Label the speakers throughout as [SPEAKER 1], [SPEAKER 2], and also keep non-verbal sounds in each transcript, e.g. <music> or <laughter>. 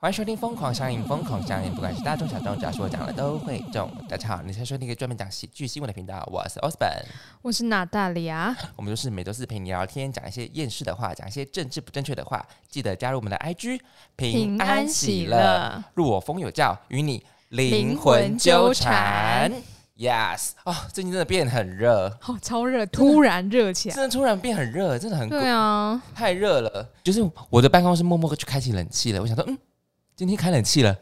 [SPEAKER 1] 欢迎收听《疯狂上映》，疯狂上映，不管是大众小众，只要是我讲的都会中。大家好，你现在收听一个专门讲喜剧新闻的频道，我是 Osborn。
[SPEAKER 2] 我是娜大里啊，
[SPEAKER 1] 我们就是每周四陪你聊天，讲一些厌世的话，讲一些政治不正确的话。记得加入我们的 IG，平安喜乐，，入我风有教，与你灵魂纠缠
[SPEAKER 2] 灵。
[SPEAKER 1] Yes，哦，最近真的变很热，
[SPEAKER 2] 哦，超热，突然热起
[SPEAKER 1] 真
[SPEAKER 2] 来。
[SPEAKER 1] 的突然变很热，真的很
[SPEAKER 2] 对啊，
[SPEAKER 1] 太热了。就是我的办公室默默地去开启冷气了，我想说，嗯，今天开冷气了。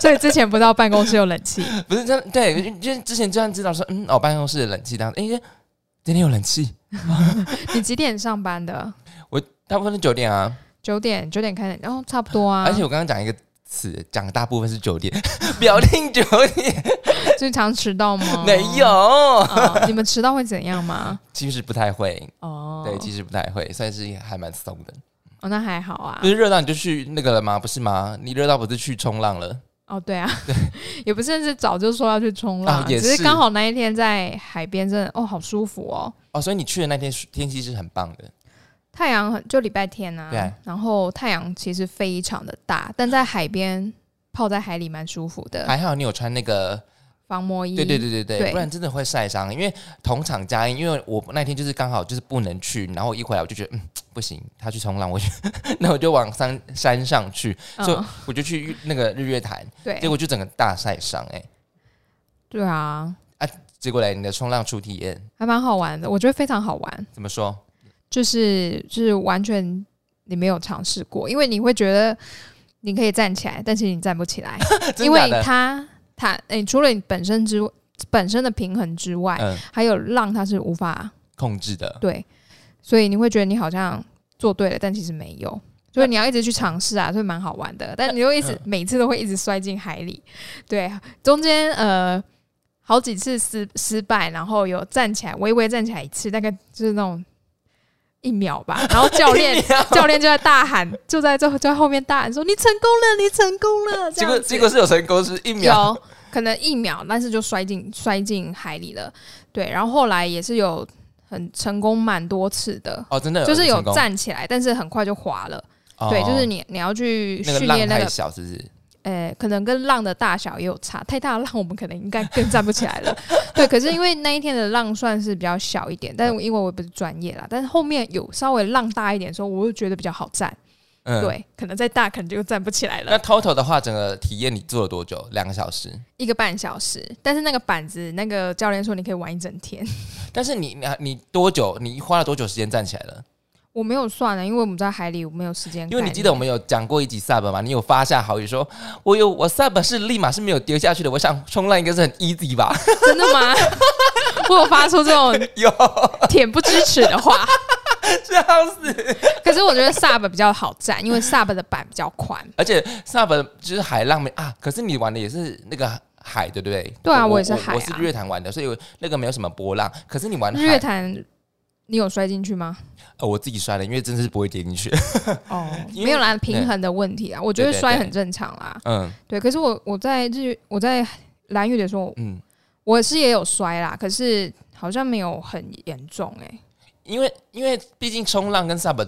[SPEAKER 2] 所以之前不知道办公室有冷气， <laughs>
[SPEAKER 1] 不是这样，对，就是之前这样知道说，嗯，哦，办公室的冷气这样，哎、今天有冷气，
[SPEAKER 2] 你几点上班的？
[SPEAKER 1] 大部分是九点啊，
[SPEAKER 2] 九点，九点开始，然、后差不多啊。
[SPEAKER 1] 而且我刚刚讲一个词，讲的大部分是九
[SPEAKER 2] <laughs>
[SPEAKER 1] 点，表定九点、？
[SPEAKER 2] 最常迟到
[SPEAKER 1] <laughs>
[SPEAKER 2] 吗
[SPEAKER 1] 没有，
[SPEAKER 2] 哦你们迟到会怎样吗？
[SPEAKER 1] <laughs> 其实不太会，
[SPEAKER 2] 哦，
[SPEAKER 1] 对，其实不太会，算是还蛮松的。
[SPEAKER 2] 哦，那还好啊
[SPEAKER 1] 不。是热到你就去那个了吗？不是吗？你热到不是去冲浪了？
[SPEAKER 2] 哦，对啊， <laughs> 也不是是早就说要去冲浪，
[SPEAKER 1] 啊也
[SPEAKER 2] 只
[SPEAKER 1] 是
[SPEAKER 2] 是刚好那一天在海边，真的哦，好舒服哦。
[SPEAKER 1] 哦，所以你去的那天天气是很棒的，
[SPEAKER 2] 太阳很就礼拜天啊，
[SPEAKER 1] 对
[SPEAKER 2] 然后太阳其实非常的大，但在海边泡在海里蛮舒服的，
[SPEAKER 1] 还好你有穿那个
[SPEAKER 2] 防摸衣。
[SPEAKER 1] 对对对对对，
[SPEAKER 2] 对
[SPEAKER 1] 不然真的会晒伤。因为同场加映，因为我那天就是刚好就是不能去，然后一回来我就觉得嗯不行，他去冲浪，我就 <laughs> 那我就往山山上去，所以
[SPEAKER 2] 嗯，
[SPEAKER 1] 我就去那个日月潭，结
[SPEAKER 2] 对，
[SPEAKER 1] 果就整个大晒伤哎、
[SPEAKER 2] 对啊，
[SPEAKER 1] 结果来你的冲浪初体验
[SPEAKER 2] 还蛮好玩的，我觉得非常好玩，
[SPEAKER 1] 怎么说？
[SPEAKER 2] 就是就是完全你没有尝试过，因为你会觉得你可以站起来，但是你站不起来，因
[SPEAKER 1] <laughs> 真
[SPEAKER 2] 为
[SPEAKER 1] 假的？
[SPEAKER 2] 它它诶，除了你本身之本身的平衡之外，
[SPEAKER 1] 嗯，
[SPEAKER 2] 还有浪它是无法
[SPEAKER 1] 控制的。
[SPEAKER 2] 对，所以你会觉得你好像做对了，但其实没有。所以你要一直去尝试啊，所以蛮好玩的。但你又一
[SPEAKER 1] 嗯
[SPEAKER 2] 直、每次都会一直摔进海里，对，中间呃好几次失失败，然后有站起来，微微站起来一次，大概就是那种一秒吧。然后教
[SPEAKER 1] <laughs>
[SPEAKER 2] 练教练就在大喊，就在就在后面大喊说：“你成功了，你成功了！”这
[SPEAKER 1] 结果
[SPEAKER 2] 样子
[SPEAKER 1] 结果是有成功，是一秒。
[SPEAKER 2] 有可能一秒，但是就摔进摔进海里了。对，然后后来也是有很成功蛮多次的，
[SPEAKER 1] 哦，真的
[SPEAKER 2] 就是有
[SPEAKER 1] 成功，
[SPEAKER 2] 站起来，但是很快就滑了。
[SPEAKER 1] 哦
[SPEAKER 2] 对，就是你你要去
[SPEAKER 1] 那个
[SPEAKER 2] 训
[SPEAKER 1] 浪
[SPEAKER 2] 练那
[SPEAKER 1] 太
[SPEAKER 2] 个，
[SPEAKER 1] 小，是不是？
[SPEAKER 2] 呃，可能跟浪的大小也有差，太大的浪我们可能应该更站不起来
[SPEAKER 1] <laughs>
[SPEAKER 2] 了。对，可是因为那一天的浪算是比较小一点，
[SPEAKER 1] 嗯
[SPEAKER 2] 但是因为我也不是专业啦，但是后面有稍微浪大一点的时候，我就觉得比较好站。
[SPEAKER 1] 嗯。
[SPEAKER 2] 对，可能再大可能就站不起来了
[SPEAKER 1] 那。total 的话，整个体验你做了多久？两个小时。
[SPEAKER 2] 一个半小时，但是那个板子，那个教练说你可以玩一整天，
[SPEAKER 1] 但是你你你多久？你花了多久时间站起来了？我
[SPEAKER 2] 我没有算啊了，因为我们在海里，我没有时间概念。
[SPEAKER 1] 因为你记得我们有讲过一集 sub 嘛，你有发下好语说，我有我 sub 是立马是没有丢下去的，我想冲浪应该是很 easy 吧？ <laughs>
[SPEAKER 2] 真的吗？我有发出这种
[SPEAKER 1] 有
[SPEAKER 2] 恬不知耻的话，
[SPEAKER 1] 笑死！
[SPEAKER 2] 可是我觉得 sub 比较好站，因为 sub 的板比较宽。
[SPEAKER 1] 而且 sub 就是海浪没啊，可是你玩的也是那个海，对不对？
[SPEAKER 2] 对啊
[SPEAKER 1] 我
[SPEAKER 2] 我也是海啊
[SPEAKER 1] 我是日月潭玩的，所以我那个没有什么波浪。可是你玩
[SPEAKER 2] 日月
[SPEAKER 1] 海，
[SPEAKER 2] 潭，你有摔进去吗？
[SPEAKER 1] 呃，我自己摔的，因为真的是不会跌进去。 <laughs>
[SPEAKER 2] 哦，
[SPEAKER 1] 因为
[SPEAKER 2] 没有啦，平衡的问题啊，我觉得
[SPEAKER 1] 对对
[SPEAKER 2] 摔
[SPEAKER 1] 对
[SPEAKER 2] 很正常啦。
[SPEAKER 1] 嗯
[SPEAKER 2] 对，可是我我在日我在蓝屿的时候，
[SPEAKER 1] 嗯，
[SPEAKER 2] 我是也有摔啦，可是好像没有很严重哎、
[SPEAKER 1] 因为因为毕竟冲浪跟 sub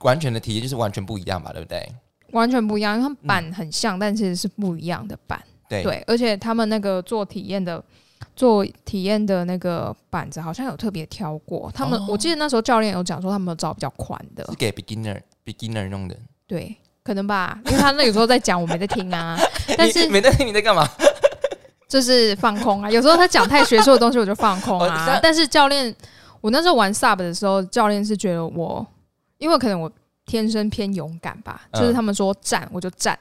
[SPEAKER 1] 完全的体验就是完全不一样吧，对不对？
[SPEAKER 2] 完全不一样，因为他们板很像，但其实是不一样的板。
[SPEAKER 1] 嗯对
[SPEAKER 2] 对，而且他们那个做体验的做体验的那个板子好像有特别挑过，他们、
[SPEAKER 1] 哦
[SPEAKER 2] 我记得那时候教练有讲说他们有找比较宽的
[SPEAKER 1] 是，给 beginner beginner 弄的。
[SPEAKER 2] 对，可能吧，因为他那有时候在讲我没在
[SPEAKER 1] <laughs>
[SPEAKER 2] 听啊， <laughs> 但
[SPEAKER 1] 你
[SPEAKER 2] 是
[SPEAKER 1] 没在你在干嘛？
[SPEAKER 2] 就是放空啊，有时候他讲太学术的东西我就放
[SPEAKER 1] <laughs>
[SPEAKER 2] 空
[SPEAKER 1] 哦
[SPEAKER 2] 啊
[SPEAKER 1] 那，
[SPEAKER 2] 但是教练我那时候玩 sub 的时候，教练是觉得我因为可能我天生偏勇敢吧，
[SPEAKER 1] 嗯
[SPEAKER 2] 就是他们说站我就站。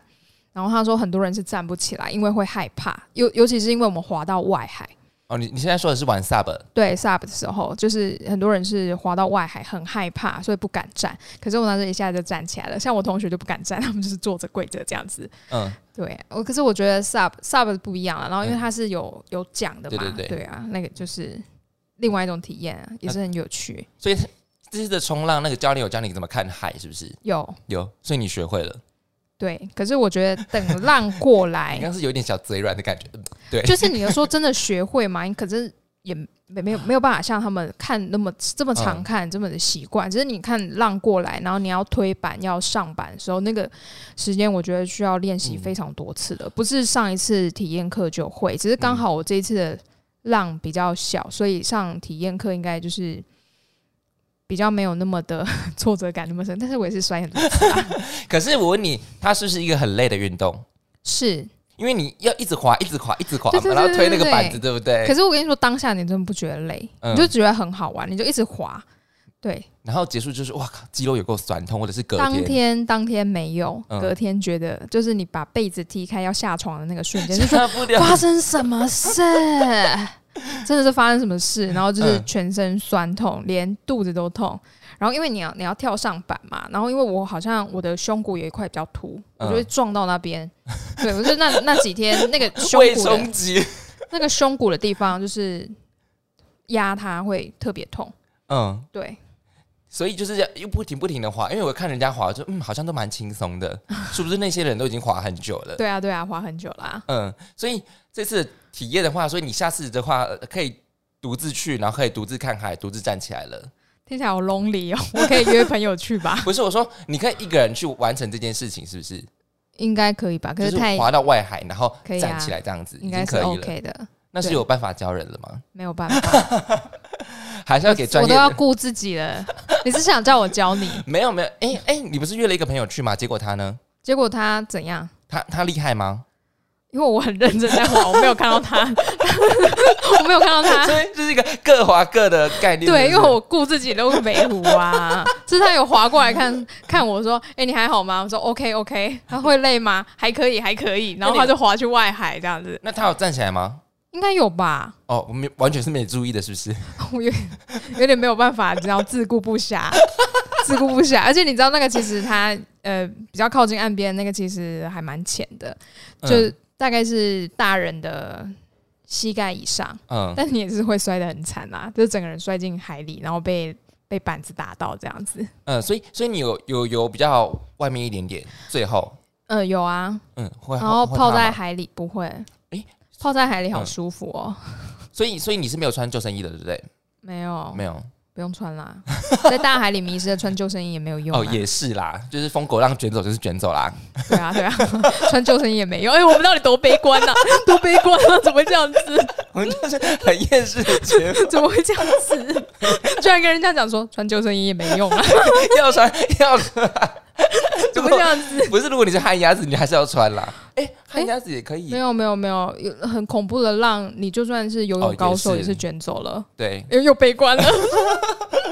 [SPEAKER 2] 然后他说，很多人是站不起来，因为会害怕，尤尤其是因为我们滑到外海，
[SPEAKER 1] 哦，你你现在说的是玩 sub，
[SPEAKER 2] 对 sub 的时候，就是很多人是滑到外海，很害怕，所以不敢站。可是我当时一下就站起来了，像我同学就不敢站，他们就是坐着跪着这样子。
[SPEAKER 1] 嗯，
[SPEAKER 2] 对，我可是我觉得 sub sub 不一样啊了，然后因为它是有、有奖的嘛，
[SPEAKER 1] 对对对
[SPEAKER 2] 啊，那个就是另外一种体验、啊，也是很有趣。
[SPEAKER 1] 所以他这次的冲浪那个教练有教你怎么看海，是不是？
[SPEAKER 2] 有
[SPEAKER 1] 有，所以你学会了。
[SPEAKER 2] 对，可是我觉得等浪过
[SPEAKER 1] 你
[SPEAKER 2] 来，
[SPEAKER 1] 刚是有点小嘴软的感觉，嗯对，
[SPEAKER 2] 就是你要说真的学会嘛，你可是也没没有没有办法像他们看那么这么常看、这么的习惯。只是你看浪过来，然后你要推板要上板的时候，那个时间我觉得需要练习非常多次的，不是上一次体验课就会。只是刚好我这一次的浪比较小，所以上体验课应该就是比较没有那么的挫折感那么深。但是我也是摔很多次啊，
[SPEAKER 1] 可是我问你，它是不是一个很累的运动？
[SPEAKER 2] 是。
[SPEAKER 1] 因为你要一直滑，一直滑，一直滑，
[SPEAKER 2] 对对对
[SPEAKER 1] 然后推那个
[SPEAKER 2] 对对
[SPEAKER 1] 板子，对不对？
[SPEAKER 2] 可是我跟你说，当下你真的不觉得累，
[SPEAKER 1] 嗯
[SPEAKER 2] 你就觉得很好玩，你就一直滑。对，
[SPEAKER 1] 然后结束就是哇靠，肌肉有够酸痛，或者是隔
[SPEAKER 2] 当
[SPEAKER 1] 天，
[SPEAKER 2] 天当天没有，
[SPEAKER 1] 嗯
[SPEAKER 2] 隔天觉得就是你把被子踢开要下床的那个瞬间，
[SPEAKER 1] <laughs>
[SPEAKER 2] 就觉
[SPEAKER 1] <laughs> 下不
[SPEAKER 2] 得
[SPEAKER 1] 了。
[SPEAKER 2] 发生什么事， <laughs> 真的是发生什么事，然后就是
[SPEAKER 1] 嗯
[SPEAKER 2] 全身酸痛，连肚子都痛。然后因为你要你要跳上板嘛，然后因为我好像我的胸骨有一块比较凸，我就会
[SPEAKER 1] 嗯
[SPEAKER 2] 撞到那边。对，我就那那几天
[SPEAKER 1] <laughs>
[SPEAKER 2] 那个胸
[SPEAKER 1] 胃
[SPEAKER 2] 骨的
[SPEAKER 1] 冲击，
[SPEAKER 2] 那个胸骨的地方，就是压它会特别痛。
[SPEAKER 1] 嗯，
[SPEAKER 2] 对，
[SPEAKER 1] 所以就是要又不停不停的滑，因为我看人家滑，就嗯，好像都蛮轻松
[SPEAKER 2] <laughs>
[SPEAKER 1] 的，是不是？那些人都已经滑很久了，
[SPEAKER 2] 对啊，对啊，滑很久啦。
[SPEAKER 1] 嗯，所以这次体验的话，所以你下次的话呃可以独自去，然后可以独自看海，独自站起来
[SPEAKER 2] <laughs>
[SPEAKER 1] 了。
[SPEAKER 2] 听起来好 lonely 哦，我可以约朋友去吧？
[SPEAKER 1] 不是我说，你可以一个人去完成这件事情，是不是？
[SPEAKER 2] 应该可以吧？可
[SPEAKER 1] 就是是
[SPEAKER 2] 太
[SPEAKER 1] 滑到外海，然后
[SPEAKER 2] 可以啊
[SPEAKER 1] 站起来这样子，已
[SPEAKER 2] 应
[SPEAKER 1] 经
[SPEAKER 2] 该是
[SPEAKER 1] 可以了。
[SPEAKER 2] OK 的，
[SPEAKER 1] 那是
[SPEAKER 2] 对
[SPEAKER 1] 有办法教人了吗？
[SPEAKER 2] 没有办法，
[SPEAKER 1] 还是要给 <laughs> 专
[SPEAKER 2] 我
[SPEAKER 1] 业
[SPEAKER 2] 都
[SPEAKER 1] 的？
[SPEAKER 2] 要顾自己了。 <laughs> 你是想叫我教你？
[SPEAKER 1] 没有没有，哎、哎、你不是约了一个朋友去吗？结果他呢？
[SPEAKER 2] 结果他怎样？
[SPEAKER 1] 他他厉害吗？ <laughs>
[SPEAKER 2] 因为我很认真在滑，我没有看到他， <laughs> 我没有看到他。
[SPEAKER 1] 所以这是一个各滑各的概念。
[SPEAKER 2] 对，因
[SPEAKER 1] 是
[SPEAKER 2] 为
[SPEAKER 1] 不是
[SPEAKER 2] 我顾自己都没糊啊，是他有滑过来看看我说：“哎、你还好吗？”我说：“OK OK。”他会累吗？还可以，还可以。然后他就滑去外海这样子，
[SPEAKER 1] 那他有站起来吗？
[SPEAKER 2] 应该有吧？
[SPEAKER 1] 哦，我没完全是没注意的，是不是？
[SPEAKER 2] 我有有点没有办法，只要自顾不暇， <laughs> 自顾不暇。而且你知道那个其实它呃比较靠近岸边，那个其实还蛮浅的， <laughs> 就
[SPEAKER 1] 嗯
[SPEAKER 2] 大概是大人的膝盖以上，
[SPEAKER 1] 嗯，
[SPEAKER 2] 但你也是会摔得很惨啦，就是整个人摔进海里，然后被被板子打到这样子。
[SPEAKER 1] 嗯，所以所以你有有有比较外面一点点，最后
[SPEAKER 2] 嗯、有啊，
[SPEAKER 1] 嗯会，
[SPEAKER 2] 然后
[SPEAKER 1] 会
[SPEAKER 2] 泡
[SPEAKER 1] 怕
[SPEAKER 2] 在
[SPEAKER 1] 吗
[SPEAKER 2] 海里不会，
[SPEAKER 1] 诶
[SPEAKER 2] 泡在海里好
[SPEAKER 1] 嗯
[SPEAKER 2] 舒服哦。
[SPEAKER 1] 所以所以你是没有穿救生衣的，对不对？
[SPEAKER 2] 没有，
[SPEAKER 1] 没有
[SPEAKER 2] 不用穿啦，在大海里迷失了穿救生衣也没有用、啊。
[SPEAKER 1] 哦，也是啦，就是疯狗浪卷走就是卷走啦。 <laughs>
[SPEAKER 2] 对啊，对 <laughs> 啊，穿救生衣也没用。哎、我们到底多悲观
[SPEAKER 1] <laughs>
[SPEAKER 2] 呐、多悲观啊！怎么会这样子？
[SPEAKER 1] 我们就是很厌世的节目，
[SPEAKER 2] 怎么会这样子？居然跟人家讲说穿救生衣也没
[SPEAKER 1] <laughs>
[SPEAKER 2] 用啊？
[SPEAKER 1] 要穿要穿。
[SPEAKER 2] 怎么会这样子？
[SPEAKER 1] <laughs> 不是，如果你是旱鸭子，你还是要穿啦。哎、旱鸭子也可以，
[SPEAKER 2] 没有没有没有，有很恐怖的浪，你就算是游
[SPEAKER 1] 哦
[SPEAKER 2] 泳
[SPEAKER 1] 也
[SPEAKER 2] 高手
[SPEAKER 1] 是
[SPEAKER 2] 也是卷走了，
[SPEAKER 1] 对，
[SPEAKER 2] 又又悲观了。
[SPEAKER 1] <laughs>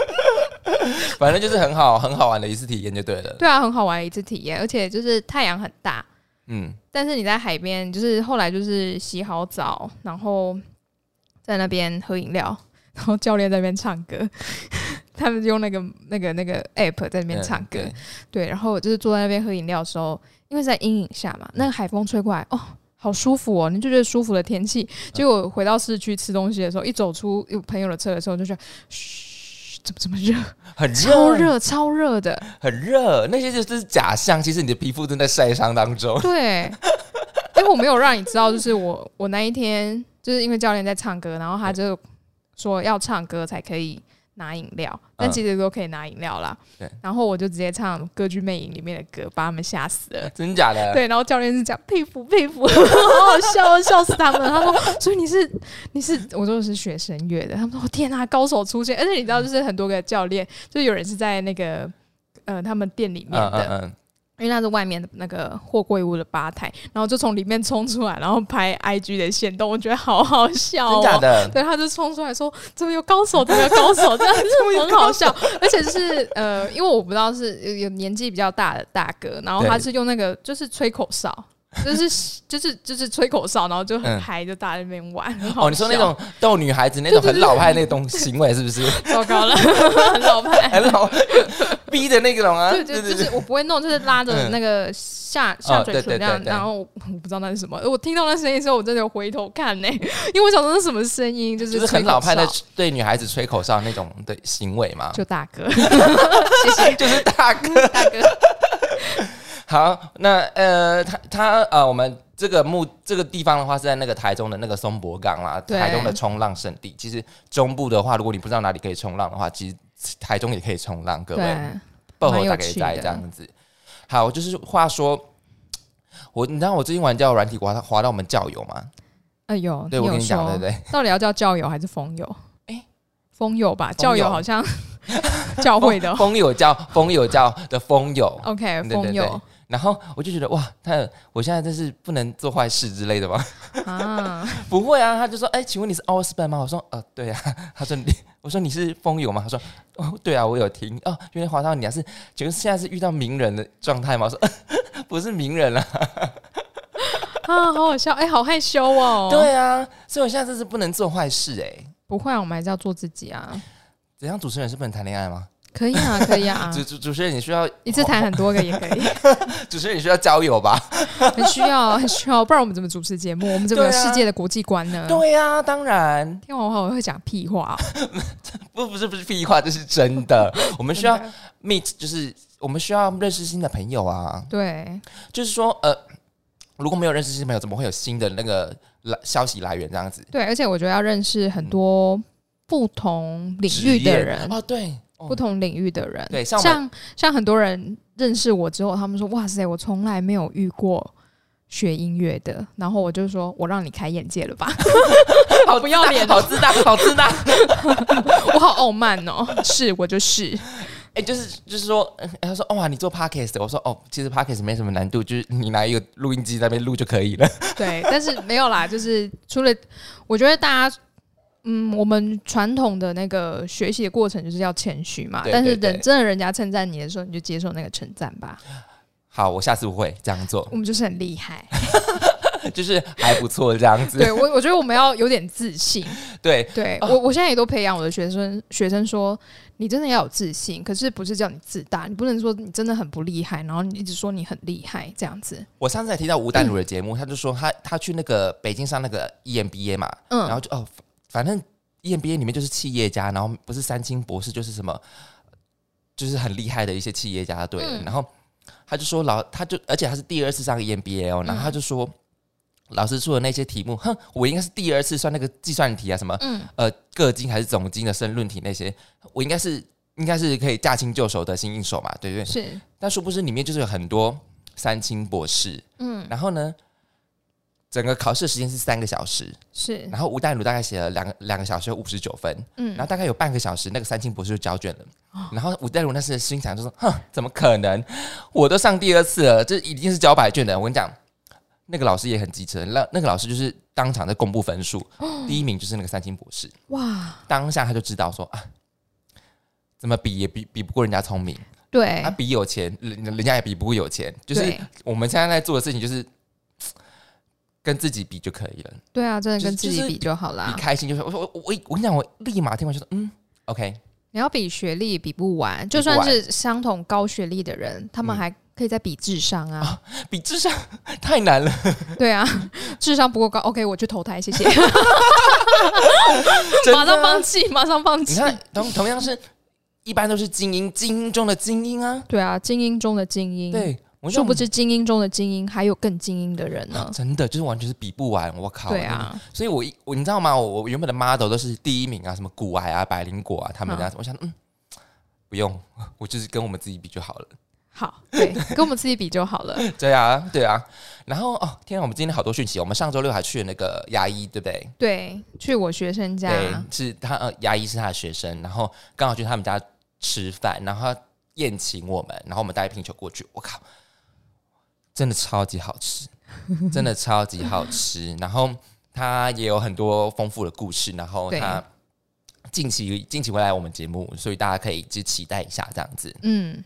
[SPEAKER 1] 反正就是很好很好玩的一次体验就对了。
[SPEAKER 2] 对啊，很好玩的一次体验，而且就是太阳很大，
[SPEAKER 1] 嗯，
[SPEAKER 2] 但是你在海边，就是后来就是洗好澡，然后在那边喝饮料，然后教练在那边唱歌， <laughs> 他们用那个那个那个 app 在那边唱歌，
[SPEAKER 1] 嗯
[SPEAKER 2] 对，然后我就是坐在那边喝饮料的时候，因为在阴影下嘛，那个海风吹过来，哦，好舒服哦，你就觉得舒服的天气。结果回到市区吃东西的时候，一走出有朋友的车的时候，就觉得，嘘，怎么这
[SPEAKER 1] <laughs>
[SPEAKER 2] 么热，
[SPEAKER 1] 对很
[SPEAKER 2] 超
[SPEAKER 1] 热，
[SPEAKER 2] 热，超热的，
[SPEAKER 1] 很热，那些就是假象，其实你的皮肤正在晒伤当
[SPEAKER 2] <laughs>
[SPEAKER 1] 中。
[SPEAKER 2] 对，因为我没有让你知道，就是我我那一天就是因为教练在唱歌，然后他就说要唱歌才可以拿饮料，但
[SPEAKER 1] 嗯
[SPEAKER 2] 其实都可以拿饮料啦。
[SPEAKER 1] 对
[SPEAKER 2] 然后我就直接唱《歌剧魅影》里面的歌，把他们吓死了。
[SPEAKER 1] 真假的？，
[SPEAKER 2] 对，然后教练是讲佩服佩服， <laughs> 好好笑 <laughs> 哦，笑死他们了。他说，所以你是你是，我说我是学声乐的。他们说，天啊，高手出现！而且你知道，就是很多个教练，就有人是在那个呃他们店里面
[SPEAKER 1] 嗯
[SPEAKER 2] 的，
[SPEAKER 1] 嗯嗯，
[SPEAKER 2] 因为他是外面的那个货柜屋的吧台，然后就从里面冲出来，然后拍 IG 的线动，我觉得好好笑、哦。
[SPEAKER 1] 真假的？
[SPEAKER 2] 对，他就冲出来说：“怎么有高手？怎么有高手？”这样子很好笑，而且是呃，因为我不知道是有有年纪比较大的大哥，然后他
[SPEAKER 1] 对
[SPEAKER 2] 是用那个就是吹口哨，就是 <laughs> 就是就是吹口哨，然后就很
[SPEAKER 1] 嗯
[SPEAKER 2] 嗨，就大家在那边玩，很好笑。
[SPEAKER 1] 哦，你说那种逗女孩子那种
[SPEAKER 2] 对对
[SPEAKER 1] 很
[SPEAKER 2] 对
[SPEAKER 1] 老派那种行为是不是？
[SPEAKER 2] <laughs> 糟糕了，很老派。
[SPEAKER 1] 很老逼的那种啊？
[SPEAKER 2] 对对，就是我不会弄，就是拉着
[SPEAKER 1] 嗯
[SPEAKER 2] 那个下下
[SPEAKER 1] 哦
[SPEAKER 2] 嘴
[SPEAKER 1] 对
[SPEAKER 2] 唇
[SPEAKER 1] 对
[SPEAKER 2] 这样，
[SPEAKER 1] 对对
[SPEAKER 2] 然后我我不知道那是什么，我听到那声音的时候，我真的有回头看呢、因为我想说是什么声音，就是
[SPEAKER 1] 就是
[SPEAKER 2] 吹
[SPEAKER 1] 很
[SPEAKER 2] 口
[SPEAKER 1] 老派的
[SPEAKER 2] 哨
[SPEAKER 1] 对女孩子吹口哨那种的行为嘛。
[SPEAKER 2] 就大哥，谢谢
[SPEAKER 1] 啊 <laughs> 就是大哥，
[SPEAKER 2] 大哥，
[SPEAKER 1] 好，那呃，他他呃，我们这个目这个地方的话是在那个台中的那个松柏港啦，
[SPEAKER 2] 对
[SPEAKER 1] 台中的冲浪圣地。其实中部的话，如果你不知道哪里可以冲浪的话，其实台中也可以冲浪，各位，
[SPEAKER 2] 对，
[SPEAKER 1] 报
[SPEAKER 2] 蛮
[SPEAKER 1] 后
[SPEAKER 2] 有
[SPEAKER 1] 大概
[SPEAKER 2] 趣
[SPEAKER 1] 在
[SPEAKER 2] 的
[SPEAKER 1] 这样子。好，就是话说，我你知道我最近玩交友软体滑到滑到我们教友吗？
[SPEAKER 2] 哎呦，
[SPEAKER 1] 对，我
[SPEAKER 2] 有
[SPEAKER 1] 跟你讲，
[SPEAKER 2] 说
[SPEAKER 1] 对不对？
[SPEAKER 2] 到底要叫教友还是风友？
[SPEAKER 1] 哎
[SPEAKER 2] 风友吧，
[SPEAKER 1] 风
[SPEAKER 2] 教友
[SPEAKER 1] 友
[SPEAKER 2] 好像 <laughs> 教
[SPEAKER 1] <laughs>
[SPEAKER 2] 会的。
[SPEAKER 1] 风友教风友教的风友，
[SPEAKER 2] 哦 OK，
[SPEAKER 1] 对对
[SPEAKER 2] 风友
[SPEAKER 1] 然后我就觉得哇，他我现在真是不能做坏事之类的吗？ <laughs>
[SPEAKER 2] 啊，
[SPEAKER 1] 不会啊，他就说，哎、请问你是 o u r s p a n 吗？我说，呃，对啊。 <laughs> 他说你，我说你是风友吗？他说，哦，对啊，我有听。哦，原来华到你啊，是，请问现在是遇到名人的状态吗？我说， <laughs> 呃不是名人啊。
[SPEAKER 2] 啊，好好笑，哎、好害羞哦。，
[SPEAKER 1] 对啊，所以我现在真是不能做坏事哎、
[SPEAKER 2] 不会啊，我们还是要做自己啊。
[SPEAKER 1] 怎样？主持人是不能谈恋爱吗？，
[SPEAKER 2] 可以啊，可以
[SPEAKER 1] <laughs>
[SPEAKER 2] 啊
[SPEAKER 1] 主主主持人你需要， <coughs>
[SPEAKER 2] 一次谈很多个也可
[SPEAKER 1] <laughs>
[SPEAKER 2] 以，
[SPEAKER 1] 主持人你需要交友吧？
[SPEAKER 2] 很需要，很需要，不然我们怎么主持节目？我们怎么有
[SPEAKER 1] 对啊
[SPEAKER 2] 世界的国际观呢？
[SPEAKER 1] 对啊，当然，
[SPEAKER 2] 天王好会讲屁话哦、
[SPEAKER 1] 不不是不是屁话，这是真
[SPEAKER 2] <laughs>
[SPEAKER 1] 的。我们需要
[SPEAKER 2] 真的
[SPEAKER 1] meet，就是我们需要认识新的朋友啊。
[SPEAKER 2] 对，
[SPEAKER 1] 就是说，呃，如果没有认识新朋友，怎么会有新的那个来消息来源这样子？
[SPEAKER 2] 对，而且我觉得要认识很多不同领域
[SPEAKER 1] 嗯职业
[SPEAKER 2] 的人，
[SPEAKER 1] 哦，对，哦
[SPEAKER 2] 不同领域的人。
[SPEAKER 1] 对像
[SPEAKER 2] 像
[SPEAKER 1] 我们
[SPEAKER 2] 像很多人认识我之后，他们说：“哇塞，我从来没有遇过。”学音乐的，然后我就说，我让你开眼界了吧， <laughs> 好不要脸
[SPEAKER 1] 好
[SPEAKER 2] 哦，
[SPEAKER 1] 自大，好自大。 <laughs>
[SPEAKER 2] 我好傲慢哦，是我就是，
[SPEAKER 1] 哎、就是就是说，呃他说哇，你做 podcast，我说哦，其实 podcast 没什么难度，就是你拿一个录音机在那边录就可以了。
[SPEAKER 2] 对，但是没有啦，就是除了我觉得大家，嗯，我们传统的那个学习的过程就是要谦虚嘛，
[SPEAKER 1] 对
[SPEAKER 2] 但是
[SPEAKER 1] 对对
[SPEAKER 2] 等真的人家称赞你的时候，你就接受那个称赞吧。
[SPEAKER 1] 好，我下次会这样做，
[SPEAKER 2] 我们就是很厉害，
[SPEAKER 1] 就是还不错这样 <laughs> 子。
[SPEAKER 2] 对我我觉得我们要有点自信。
[SPEAKER 1] 对， <laughs>
[SPEAKER 2] 对
[SPEAKER 1] 啊
[SPEAKER 2] 我我现在也都培养我的学生学生说，你真的要有自信，可是不是叫你自大，你不能说你真的很不厉害，然后你一直说你很厉害这样子。
[SPEAKER 1] 我上次还听到吴淡如的节目，他就说他他去那个北京上那个 E EMBA 嘛，然
[SPEAKER 2] 嗯，
[SPEAKER 1] 后就哦，反正 E EMBA 里面就是企业家，然后不是三清博士就是什么，就是很厉害的一些企业家对了、
[SPEAKER 2] 嗯
[SPEAKER 1] 然后他就说老，他就而且他是第二次上 EMBA
[SPEAKER 2] 嗯
[SPEAKER 1] 哦，然后他就说。老师出的那些题目，哼，我应该是第二次算那个计算题啊，什么，
[SPEAKER 2] 嗯
[SPEAKER 1] 呃，个经还是总经的申论题那些，我应该是应该是可以驾轻就熟得心应手嘛，对不对？
[SPEAKER 2] 是，
[SPEAKER 1] 但殊不知里面就是有很多三清博士，
[SPEAKER 2] 嗯
[SPEAKER 1] 然后呢，整个考试的时间是三个小时，
[SPEAKER 2] 是，
[SPEAKER 1] 然后吴淡如大概写了两个两个小时有五十九分，然后
[SPEAKER 2] 嗯哦
[SPEAKER 1] 大概有半个小时，那个三清博士就交卷了。然后吴淡如那时的心想就说：“哼，怎么可能？我都上第二次了，这一定是交白卷的。”我跟你讲，那个老师也很机车，那那个老师就是当场在公布分数，
[SPEAKER 2] 哦
[SPEAKER 1] 第一名就是那个三清博士，
[SPEAKER 2] 哇，
[SPEAKER 1] 当下他就知道说啊。怎么比也比比不过人家聪明，
[SPEAKER 2] 对
[SPEAKER 1] 他、，啊比有钱，人人家也比不过有钱。就是
[SPEAKER 2] 对
[SPEAKER 1] 我们现在在做的事情，就是跟自己比就可以了。
[SPEAKER 2] 对啊，真的
[SPEAKER 1] 就
[SPEAKER 2] 跟
[SPEAKER 1] 是
[SPEAKER 2] 自
[SPEAKER 1] 就
[SPEAKER 2] 己
[SPEAKER 1] 是
[SPEAKER 2] 比就好啦。
[SPEAKER 1] 你开心就是我说我我一我跟你讲，我立马听完就说嗯，OK，
[SPEAKER 2] 你要比学历比不完，就
[SPEAKER 1] 比不
[SPEAKER 2] 算
[SPEAKER 1] 完
[SPEAKER 2] 是相同高学历的人，他们
[SPEAKER 1] 嗯哦
[SPEAKER 2] 还可以再比智商啊。
[SPEAKER 1] 比智商 <laughs> 太难了，
[SPEAKER 2] <laughs> 对啊，智商不够高，OK，我去投胎，谢谢，
[SPEAKER 1] <laughs> 真的啊
[SPEAKER 2] 马上放弃，马上放
[SPEAKER 1] 你
[SPEAKER 2] 弃。
[SPEAKER 1] 看同同样是，一般都是精英，精英中的精英啊，
[SPEAKER 2] 对啊，精英中的精英，，
[SPEAKER 1] 对，我就
[SPEAKER 2] 殊不知精英中的精英还有更精英的人
[SPEAKER 1] 啊
[SPEAKER 2] 呢。
[SPEAKER 1] 真的就是完全是比不完，我靠，
[SPEAKER 2] 对，啊，
[SPEAKER 1] 所以我一我你知道吗？我我原本的 model 都是第一名啊，什么古癌啊、百灵果啊，他们这样子，我想嗯，不用，我就是跟我们自己比就好了。
[SPEAKER 2] 好，对，跟我们自己比就好
[SPEAKER 1] <laughs>
[SPEAKER 2] 了。
[SPEAKER 1] 对啊，对啊，然后哦，天啊，我们今天好多讯息，我们上周六还去了那个牙医，对不对？
[SPEAKER 2] 对，去我学生
[SPEAKER 1] 对
[SPEAKER 2] 家，，
[SPEAKER 1] 是他呃，牙医是他的学生，然后刚好去他们家吃饭，然后他宴请我们，然后我们带一瓶酒过去，我靠，真的超级好吃，真的超级好吃。然后他也有很多丰富的故事，然后
[SPEAKER 2] 对
[SPEAKER 1] 他近期近期会来我们节目，所以大家可以就期待一下这样子。
[SPEAKER 2] 嗯，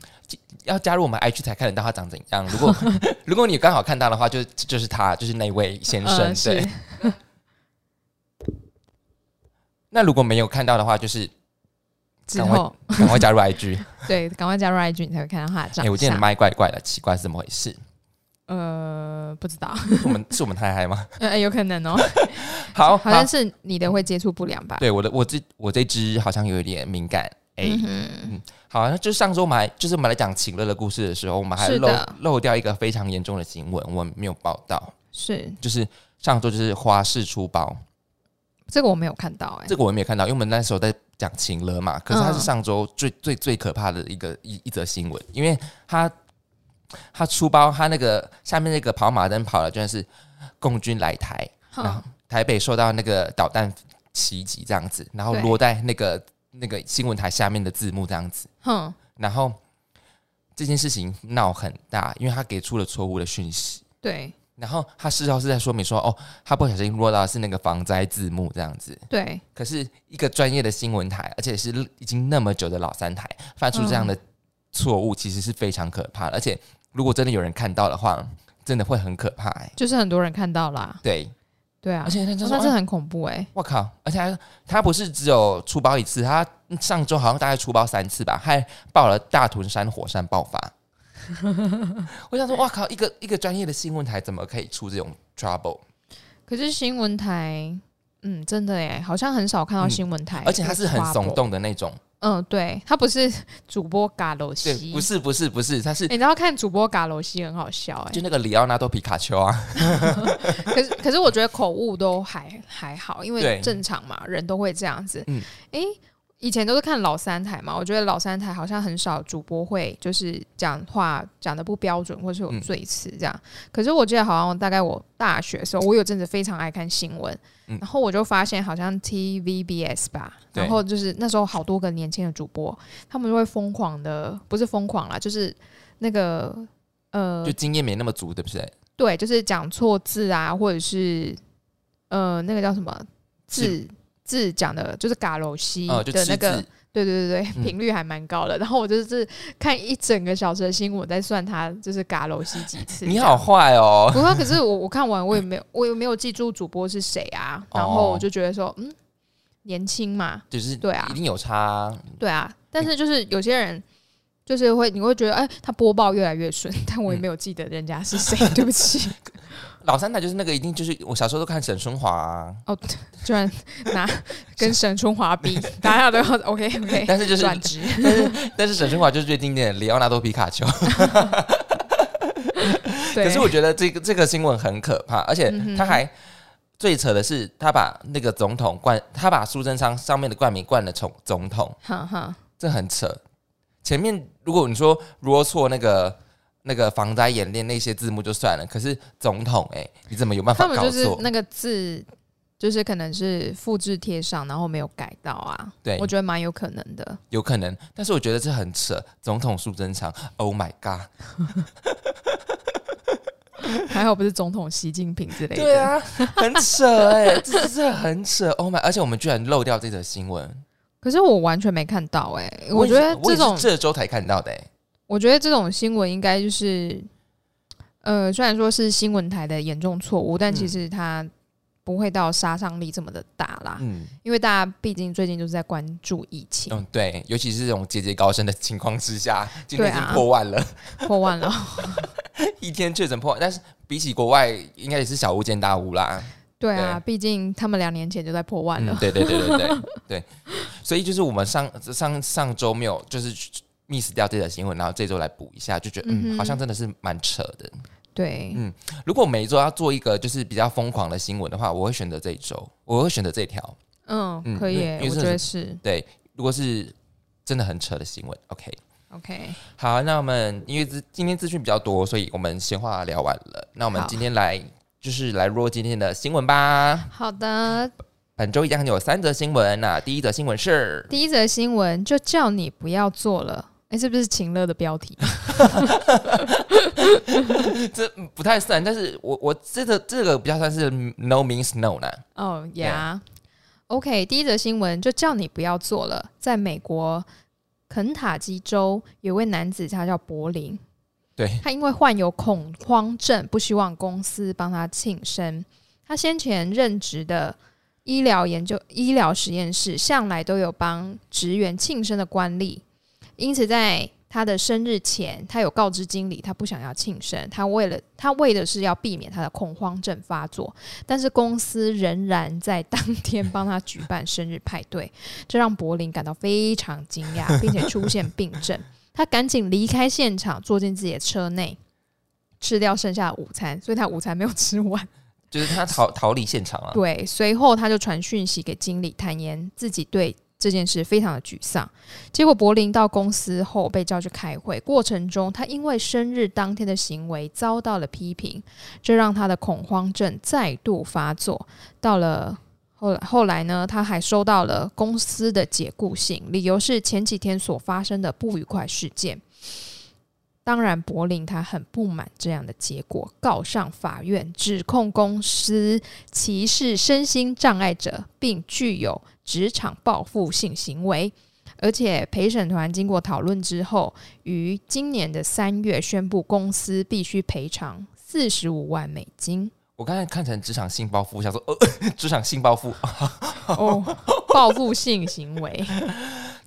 [SPEAKER 1] 要加入我们 IG 才看得到他长怎样。如
[SPEAKER 2] <laughs>
[SPEAKER 1] 果如果你刚好看到的话，就就是他，就是那位先生，
[SPEAKER 2] 呃
[SPEAKER 1] 对
[SPEAKER 2] 是。
[SPEAKER 1] 那如果没有看到的话，就是
[SPEAKER 2] 之
[SPEAKER 1] 赶快
[SPEAKER 2] 后
[SPEAKER 1] 赶快加入
[SPEAKER 2] <laughs>
[SPEAKER 1] IG。
[SPEAKER 2] 对，赶快加入 IG，你才会看到他
[SPEAKER 1] 哎、
[SPEAKER 2] 的长
[SPEAKER 1] 我今天的
[SPEAKER 2] 相。
[SPEAKER 1] 麦怪怪的，奇怪是怎么回
[SPEAKER 2] <laughs>
[SPEAKER 1] 事？
[SPEAKER 2] 呃，不知道， <laughs>
[SPEAKER 1] 是我们是我们太嗨吗？
[SPEAKER 2] 呃，有可能哦，
[SPEAKER 1] <laughs> 好，
[SPEAKER 2] 好像
[SPEAKER 1] 好
[SPEAKER 2] 是你的会接触不良吧？
[SPEAKER 1] 对我的我这我这只好像有一点敏感。哎、
[SPEAKER 2] 嗯哼
[SPEAKER 1] 好，那就上周我们还就是我们来讲情乐的故事的时候，我们还
[SPEAKER 2] 是
[SPEAKER 1] 漏
[SPEAKER 2] 的
[SPEAKER 1] 漏掉一个非常严重的新闻，我们没有报道。
[SPEAKER 2] 是
[SPEAKER 1] 就是上周就是花式出包，
[SPEAKER 2] 这个我没有看到哎、
[SPEAKER 1] 这个我也没有看到，因为我们那时候在讲情了嘛。可是它
[SPEAKER 2] 嗯
[SPEAKER 1] 是上周最、最最可怕的一个一一则新闻，因为他他出包，他那个下面那个跑马灯跑了，居然是共军来台，然后
[SPEAKER 2] 哼
[SPEAKER 1] 台北受到那个导弹袭击这样子，然后
[SPEAKER 2] 对
[SPEAKER 1] 落在那个那个新闻台下面的字幕这样子，
[SPEAKER 2] 哼，
[SPEAKER 1] 然后这件事情闹很大，因为他给出了错误的讯息。
[SPEAKER 2] 对
[SPEAKER 1] 然后他事后是在说明说，哦，他不小心落到的是那个防灾字幕这样子，
[SPEAKER 2] 对
[SPEAKER 1] 可是一个专业的新闻台，而且是已经那么久的老三台，犯出这样的错误，其实是非常可怕的。而且如果真的有人看到的话，真的会很可怕、欸。
[SPEAKER 2] 就是很多人看到啦，
[SPEAKER 1] 对，
[SPEAKER 2] 对啊，
[SPEAKER 1] 而且那就
[SPEAKER 2] 哦
[SPEAKER 1] 是
[SPEAKER 2] 那这
[SPEAKER 1] 哇
[SPEAKER 2] 很恐怖哎、
[SPEAKER 1] 我靠！而且他他不是只有出包一次，他上周好像大概出包三次吧，还报了大屯山火山爆
[SPEAKER 2] <laughs>
[SPEAKER 1] 发。我想说，哇靠！一个一个专业的新闻台怎么可以出这种 trouble？
[SPEAKER 2] 可是新闻台，嗯，真的哎、好像很少看到
[SPEAKER 1] 嗯
[SPEAKER 2] 新闻台、
[SPEAKER 1] 而且他是很耸，动的那种。
[SPEAKER 2] 嗯，对，他不是主播嘎罗
[SPEAKER 1] 对
[SPEAKER 2] 西，，
[SPEAKER 1] 不
[SPEAKER 2] 是、哎
[SPEAKER 1] 是不是不是，他是
[SPEAKER 2] 你知道看主播嘎罗西很好笑哎、
[SPEAKER 1] 就那个里奥纳多皮卡丘啊。
[SPEAKER 2] <laughs> 可是，可是我觉得口误都还还好，因为
[SPEAKER 1] 对
[SPEAKER 2] 正常嘛，人都会这样子。嗯
[SPEAKER 1] 嗯，
[SPEAKER 2] 诶，以前都是看老三台嘛，我觉得老三台好像很少主播会就是讲话讲的不标准，或是有
[SPEAKER 1] 嗯
[SPEAKER 2] 罪词这样。可是我记得好像大概我大学的时候，我有阵子非常爱看新闻，
[SPEAKER 1] 嗯
[SPEAKER 2] 然后我就发现好像 TVBS 吧，
[SPEAKER 1] 对
[SPEAKER 2] 然后就是那时候好多个年轻的主播，他们就会疯狂的，不是疯狂啦，就是那个呃
[SPEAKER 1] 就，经验没那么足，对不对？
[SPEAKER 2] 对，就是讲错字啊，或者是呃，那个叫什么字字讲的，就是嘎楼西
[SPEAKER 1] 哦、就
[SPEAKER 2] 的
[SPEAKER 1] 吃
[SPEAKER 2] 那个，
[SPEAKER 1] 字，
[SPEAKER 2] 嗯对对对对，
[SPEAKER 1] 嗯
[SPEAKER 2] 频率还蛮高的。然后我就是看一整个小时的新闻，在算它就是嘎楼西几次。
[SPEAKER 1] 你好，坏哦，
[SPEAKER 2] 不过可是我我看完我也没有我也没有记住主播是谁啊，然后我就觉得说，嗯，年轻嘛，
[SPEAKER 1] 就是
[SPEAKER 2] 对啊
[SPEAKER 1] 哦一定有差啊。
[SPEAKER 2] 对啊，但是就是有些人。就是会，你会觉得，哎、他播报越来越顺，但
[SPEAKER 1] 嗯
[SPEAKER 2] 我也没有记得人家是谁，对不起。
[SPEAKER 1] 老三台就是那个，一定就是我小时候都看沈春华、啊，
[SPEAKER 2] 哦，居然拿跟沈春华
[SPEAKER 1] <laughs>
[SPEAKER 2] 比，大家都要 OK OK，
[SPEAKER 1] 但是就是 <laughs>
[SPEAKER 2] 转职。
[SPEAKER 1] 但是沈春华就是最经典的里奥纳多皮卡丘。
[SPEAKER 2] 对，
[SPEAKER 1] 可是我觉得这个这个新闻很可怕，而且
[SPEAKER 2] 嗯哼
[SPEAKER 1] 他还、最扯的是，他把那个总统冠，他把苏贞昌上面的冠名冠了总总统，
[SPEAKER 2] 哈哈，
[SPEAKER 1] 这很扯。前面如果你说啰嗦那个那个防灾演练那些字幕就算了，可是总统哎、你怎么有办法
[SPEAKER 2] 他们
[SPEAKER 1] 搞
[SPEAKER 2] 就是
[SPEAKER 1] 错？
[SPEAKER 2] 那个字，就是可能是复制贴上，然后没有改到啊，
[SPEAKER 1] 对
[SPEAKER 2] 我觉得蛮有可能的。
[SPEAKER 1] <laughs> 有可能，但是我觉得这很扯。总统苏贞昌，Oh my god！
[SPEAKER 2] 还好不是总统习近平之类的。
[SPEAKER 1] 对，啊，很扯哎、 <laughs> 欸，这这很扯，Oh my！而且我们居然漏掉这则新闻，
[SPEAKER 2] 可是我完全没看到哎、我
[SPEAKER 1] 也
[SPEAKER 2] 觉
[SPEAKER 1] 是
[SPEAKER 2] 得
[SPEAKER 1] 我
[SPEAKER 2] 这
[SPEAKER 1] 也是
[SPEAKER 2] 种，
[SPEAKER 1] 这周才看到的、欸，
[SPEAKER 2] 我觉得这种新闻应该就是，呃，虽然说是新闻台的严重错误，但其
[SPEAKER 1] 嗯
[SPEAKER 2] 实它不会到杀伤力这么的大啦。
[SPEAKER 1] 嗯
[SPEAKER 2] 因为大家毕竟最近就是在关注疫情，
[SPEAKER 1] 嗯，对，尤其是这种节节高升的情况之下，今天已
[SPEAKER 2] 对
[SPEAKER 1] 经
[SPEAKER 2] 啊
[SPEAKER 1] 破万了， <laughs>
[SPEAKER 2] 破万了。
[SPEAKER 1] 一天确诊破万，但是比起国外，应该也是小巫见大巫啦。
[SPEAKER 2] 对啊，
[SPEAKER 1] 对
[SPEAKER 2] 毕竟他们两年前就在破万
[SPEAKER 1] 嗯
[SPEAKER 2] 了。，
[SPEAKER 1] 对对对对对对，所以就是我们上上上周没有就是 miss 掉这则新闻，然后这周来补一下，就觉得
[SPEAKER 2] 嗯
[SPEAKER 1] 嗯
[SPEAKER 2] 哼
[SPEAKER 1] 好像真的是蛮扯的。
[SPEAKER 2] 对，
[SPEAKER 1] 嗯如果每一周要做一个就是比较疯狂的新闻的话，我会选择这一周，我会选择这条。
[SPEAKER 2] 嗯，
[SPEAKER 1] 嗯
[SPEAKER 2] 可以
[SPEAKER 1] 因为
[SPEAKER 2] 耶，
[SPEAKER 1] 因为
[SPEAKER 2] 我
[SPEAKER 1] 这
[SPEAKER 2] 觉得是
[SPEAKER 1] 对，如果是真的很扯的新闻，OK。
[SPEAKER 2] OK。
[SPEAKER 1] 好，那我们因为资今天资讯比较多，所以我们闲话聊完了。那我们
[SPEAKER 2] 好
[SPEAKER 1] 今天来就是来 roll 今天的新闻吧。
[SPEAKER 2] 好的，
[SPEAKER 1] 本周一样有三则新闻那第一则新闻是
[SPEAKER 2] 第一则新闻就叫你不要做了。哎，是不是情乐的标题？
[SPEAKER 1] 不太算，但是我我这个这个比较算是 no means no 呢。
[SPEAKER 2] 哦呀，OK，第一则新闻就叫你不要做了。在美国肯塔基州，有位男子他叫柏林，
[SPEAKER 1] 对，
[SPEAKER 2] 他因为患有恐慌症，不希望公司帮他庆生。他先前任职的医疗研究医疗实验室，向来都有帮职员庆生的惯例，因此在他的生日前，他有告知经理，他不想要庆生，他为了他为的是要避免他的恐慌症发作，但是公司仍然在当天帮他举办生日派对， <laughs> 这让柏林感到非常惊讶，并且出现病症。他赶紧离开现场，坐进自己的车内。吃掉剩下的午餐，所以他午餐没有吃完。
[SPEAKER 1] 就是他逃逃离现场了、啊
[SPEAKER 2] 对，随后他就传讯息给经理，坦言自己对这件事非常的沮丧。结果柏林到公司后被叫去开会，过程中他因为生日当天的行为遭到了批评，这让他的恐慌症再度发作。到了后来，后来呢，他还收到了公司的解雇信，理由是前几天所发生的不愉快事件。当然，柏林他很不满这样的结果，告上法院，指控公司歧视身心障碍者，并具有职场报复性行为。而且陪审团经过讨论之后，于今年的三月宣布公司必须赔偿四十五万美金。
[SPEAKER 1] 我刚才看成职场性报复，我想说，呃，职场性报复 <laughs>
[SPEAKER 2] 哦，报复性行为。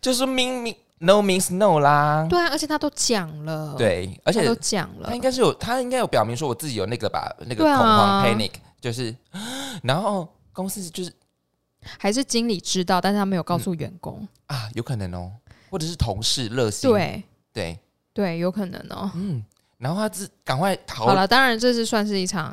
[SPEAKER 1] 就是明明 no means no 啦。
[SPEAKER 2] 对啊，而且他都讲了，，
[SPEAKER 1] 对，而
[SPEAKER 2] 他
[SPEAKER 1] 且
[SPEAKER 2] 都讲了
[SPEAKER 1] 他应，该是有，他应该有表明说我自己有那个吧，那个
[SPEAKER 2] 对
[SPEAKER 1] 恐
[SPEAKER 2] 啊
[SPEAKER 1] 慌 panic，就是，然后公司就是
[SPEAKER 2] 还是经理知道，但是他没有告诉员工。
[SPEAKER 1] 啊，有可能哦，或者是同事热心，
[SPEAKER 2] 对
[SPEAKER 1] 对，
[SPEAKER 2] 对，有可能哦。
[SPEAKER 1] 嗯，然后他自赶快逃
[SPEAKER 2] 好，了，当然这是算是一场，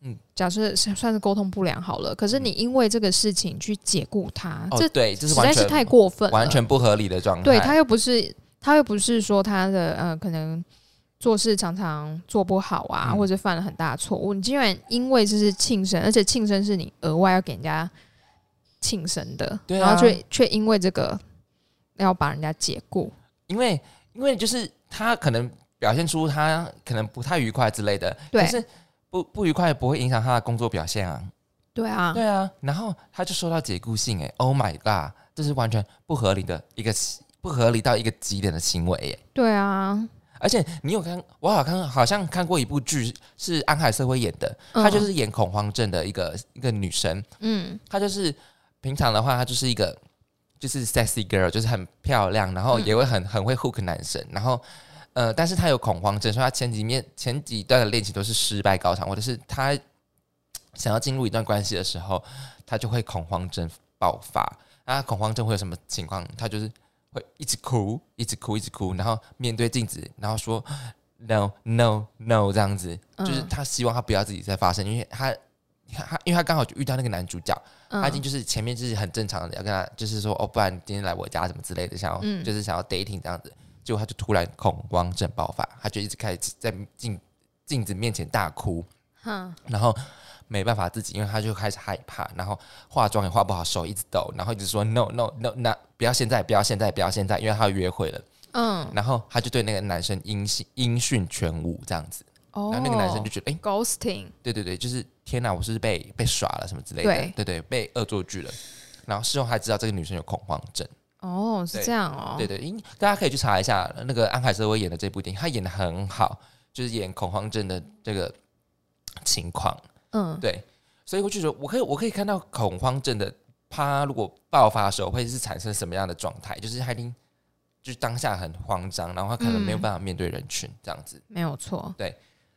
[SPEAKER 1] 嗯
[SPEAKER 2] 嗯，假设是算是沟通不良好了。可是你因为这个事情去解雇他，
[SPEAKER 1] 哦，
[SPEAKER 2] 这
[SPEAKER 1] 对，这
[SPEAKER 2] 实
[SPEAKER 1] 是
[SPEAKER 2] 在
[SPEAKER 1] 完
[SPEAKER 2] 是
[SPEAKER 1] 全
[SPEAKER 2] 太过分了，
[SPEAKER 1] 完全不合理的状态，
[SPEAKER 2] 对他又不是他又不是说他的呃可能。做事常常做不好啊，
[SPEAKER 1] 嗯
[SPEAKER 2] 或者犯了很大的错误，你竟然因为这是庆生，而且庆生是你额外要给人家庆生的，
[SPEAKER 1] 对啊
[SPEAKER 2] 然后却却因为这个要把人家解雇，
[SPEAKER 1] 因为因为就是他可能表现出他可能不太愉快之类的，
[SPEAKER 2] 对
[SPEAKER 1] 可是不不愉快不会影响他的工作表现啊，
[SPEAKER 2] 对啊，
[SPEAKER 1] 对啊，然后他就收到解雇信，哎，Oh my god，这是完全不合理的一个不合理到一个极点的行为耶。
[SPEAKER 2] 对啊，
[SPEAKER 1] 而且你有看，我好看好像看过一部剧，是安海瑟薇演的，她
[SPEAKER 2] 嗯
[SPEAKER 1] 就是演恐慌症的一个一个女生，
[SPEAKER 2] 嗯，
[SPEAKER 1] 她就是平常的话，她就是一个就是 sexy girl，就是很漂亮，然后也会很很会 hook 男生，然后呃，但是她有恐慌症，所以她前几面前几段的恋情都是失败高潮，或者是她想要进入一段关系的时候，她就会恐慌症爆发。那她恐慌症会有什么情况？她就是会一直哭，一直哭，一直哭，然后面对镜子，然后说 no no no 这样子，
[SPEAKER 2] 嗯
[SPEAKER 1] 就是她希望她不要自己再发生，因为她她因为她刚好就遇到那个男主角，
[SPEAKER 2] 嗯
[SPEAKER 1] 他已经就是前面就是很正常的，要跟他就是说哦，不然今天来我家什么之类的，想要、
[SPEAKER 2] 嗯
[SPEAKER 1] 就是想要 dating 这样子，结果他就突然恐慌症爆发，他就一直开始在镜镜子面前大哭，
[SPEAKER 2] 哼
[SPEAKER 1] 然后没办法自己，因为他就开始害怕，然后化妆也化不好，手一直抖，然后一直说 no no no，那不要现在，不要现在，不要现在，因为他要约会了，
[SPEAKER 2] 嗯，
[SPEAKER 1] 然后他就对那个男生音信音讯全无这样子，
[SPEAKER 2] 哦，
[SPEAKER 1] 然后那个男生就觉得哎、
[SPEAKER 2] ghosting，
[SPEAKER 1] 对对对，就是天哪，我是不是被被耍了什么之类的，对
[SPEAKER 2] 对
[SPEAKER 1] 对被恶作剧了。然后事后还知道这个女生有恐慌症，
[SPEAKER 2] 哦，是
[SPEAKER 1] 对
[SPEAKER 2] 这样哦，
[SPEAKER 1] 对对，因大家可以去查一下那个安海瑟薇演的这部电影，她演的很好，就是演恐慌症的这个情况。
[SPEAKER 2] 嗯，
[SPEAKER 1] 对，所以我就觉得我可以我可以看到恐慌症的它如果爆发的时候会是产生什么样的状态，就是他一定就是当下很慌张，然后他可能没有
[SPEAKER 2] 嗯
[SPEAKER 1] 办法面对人群这样子。
[SPEAKER 2] 没有错，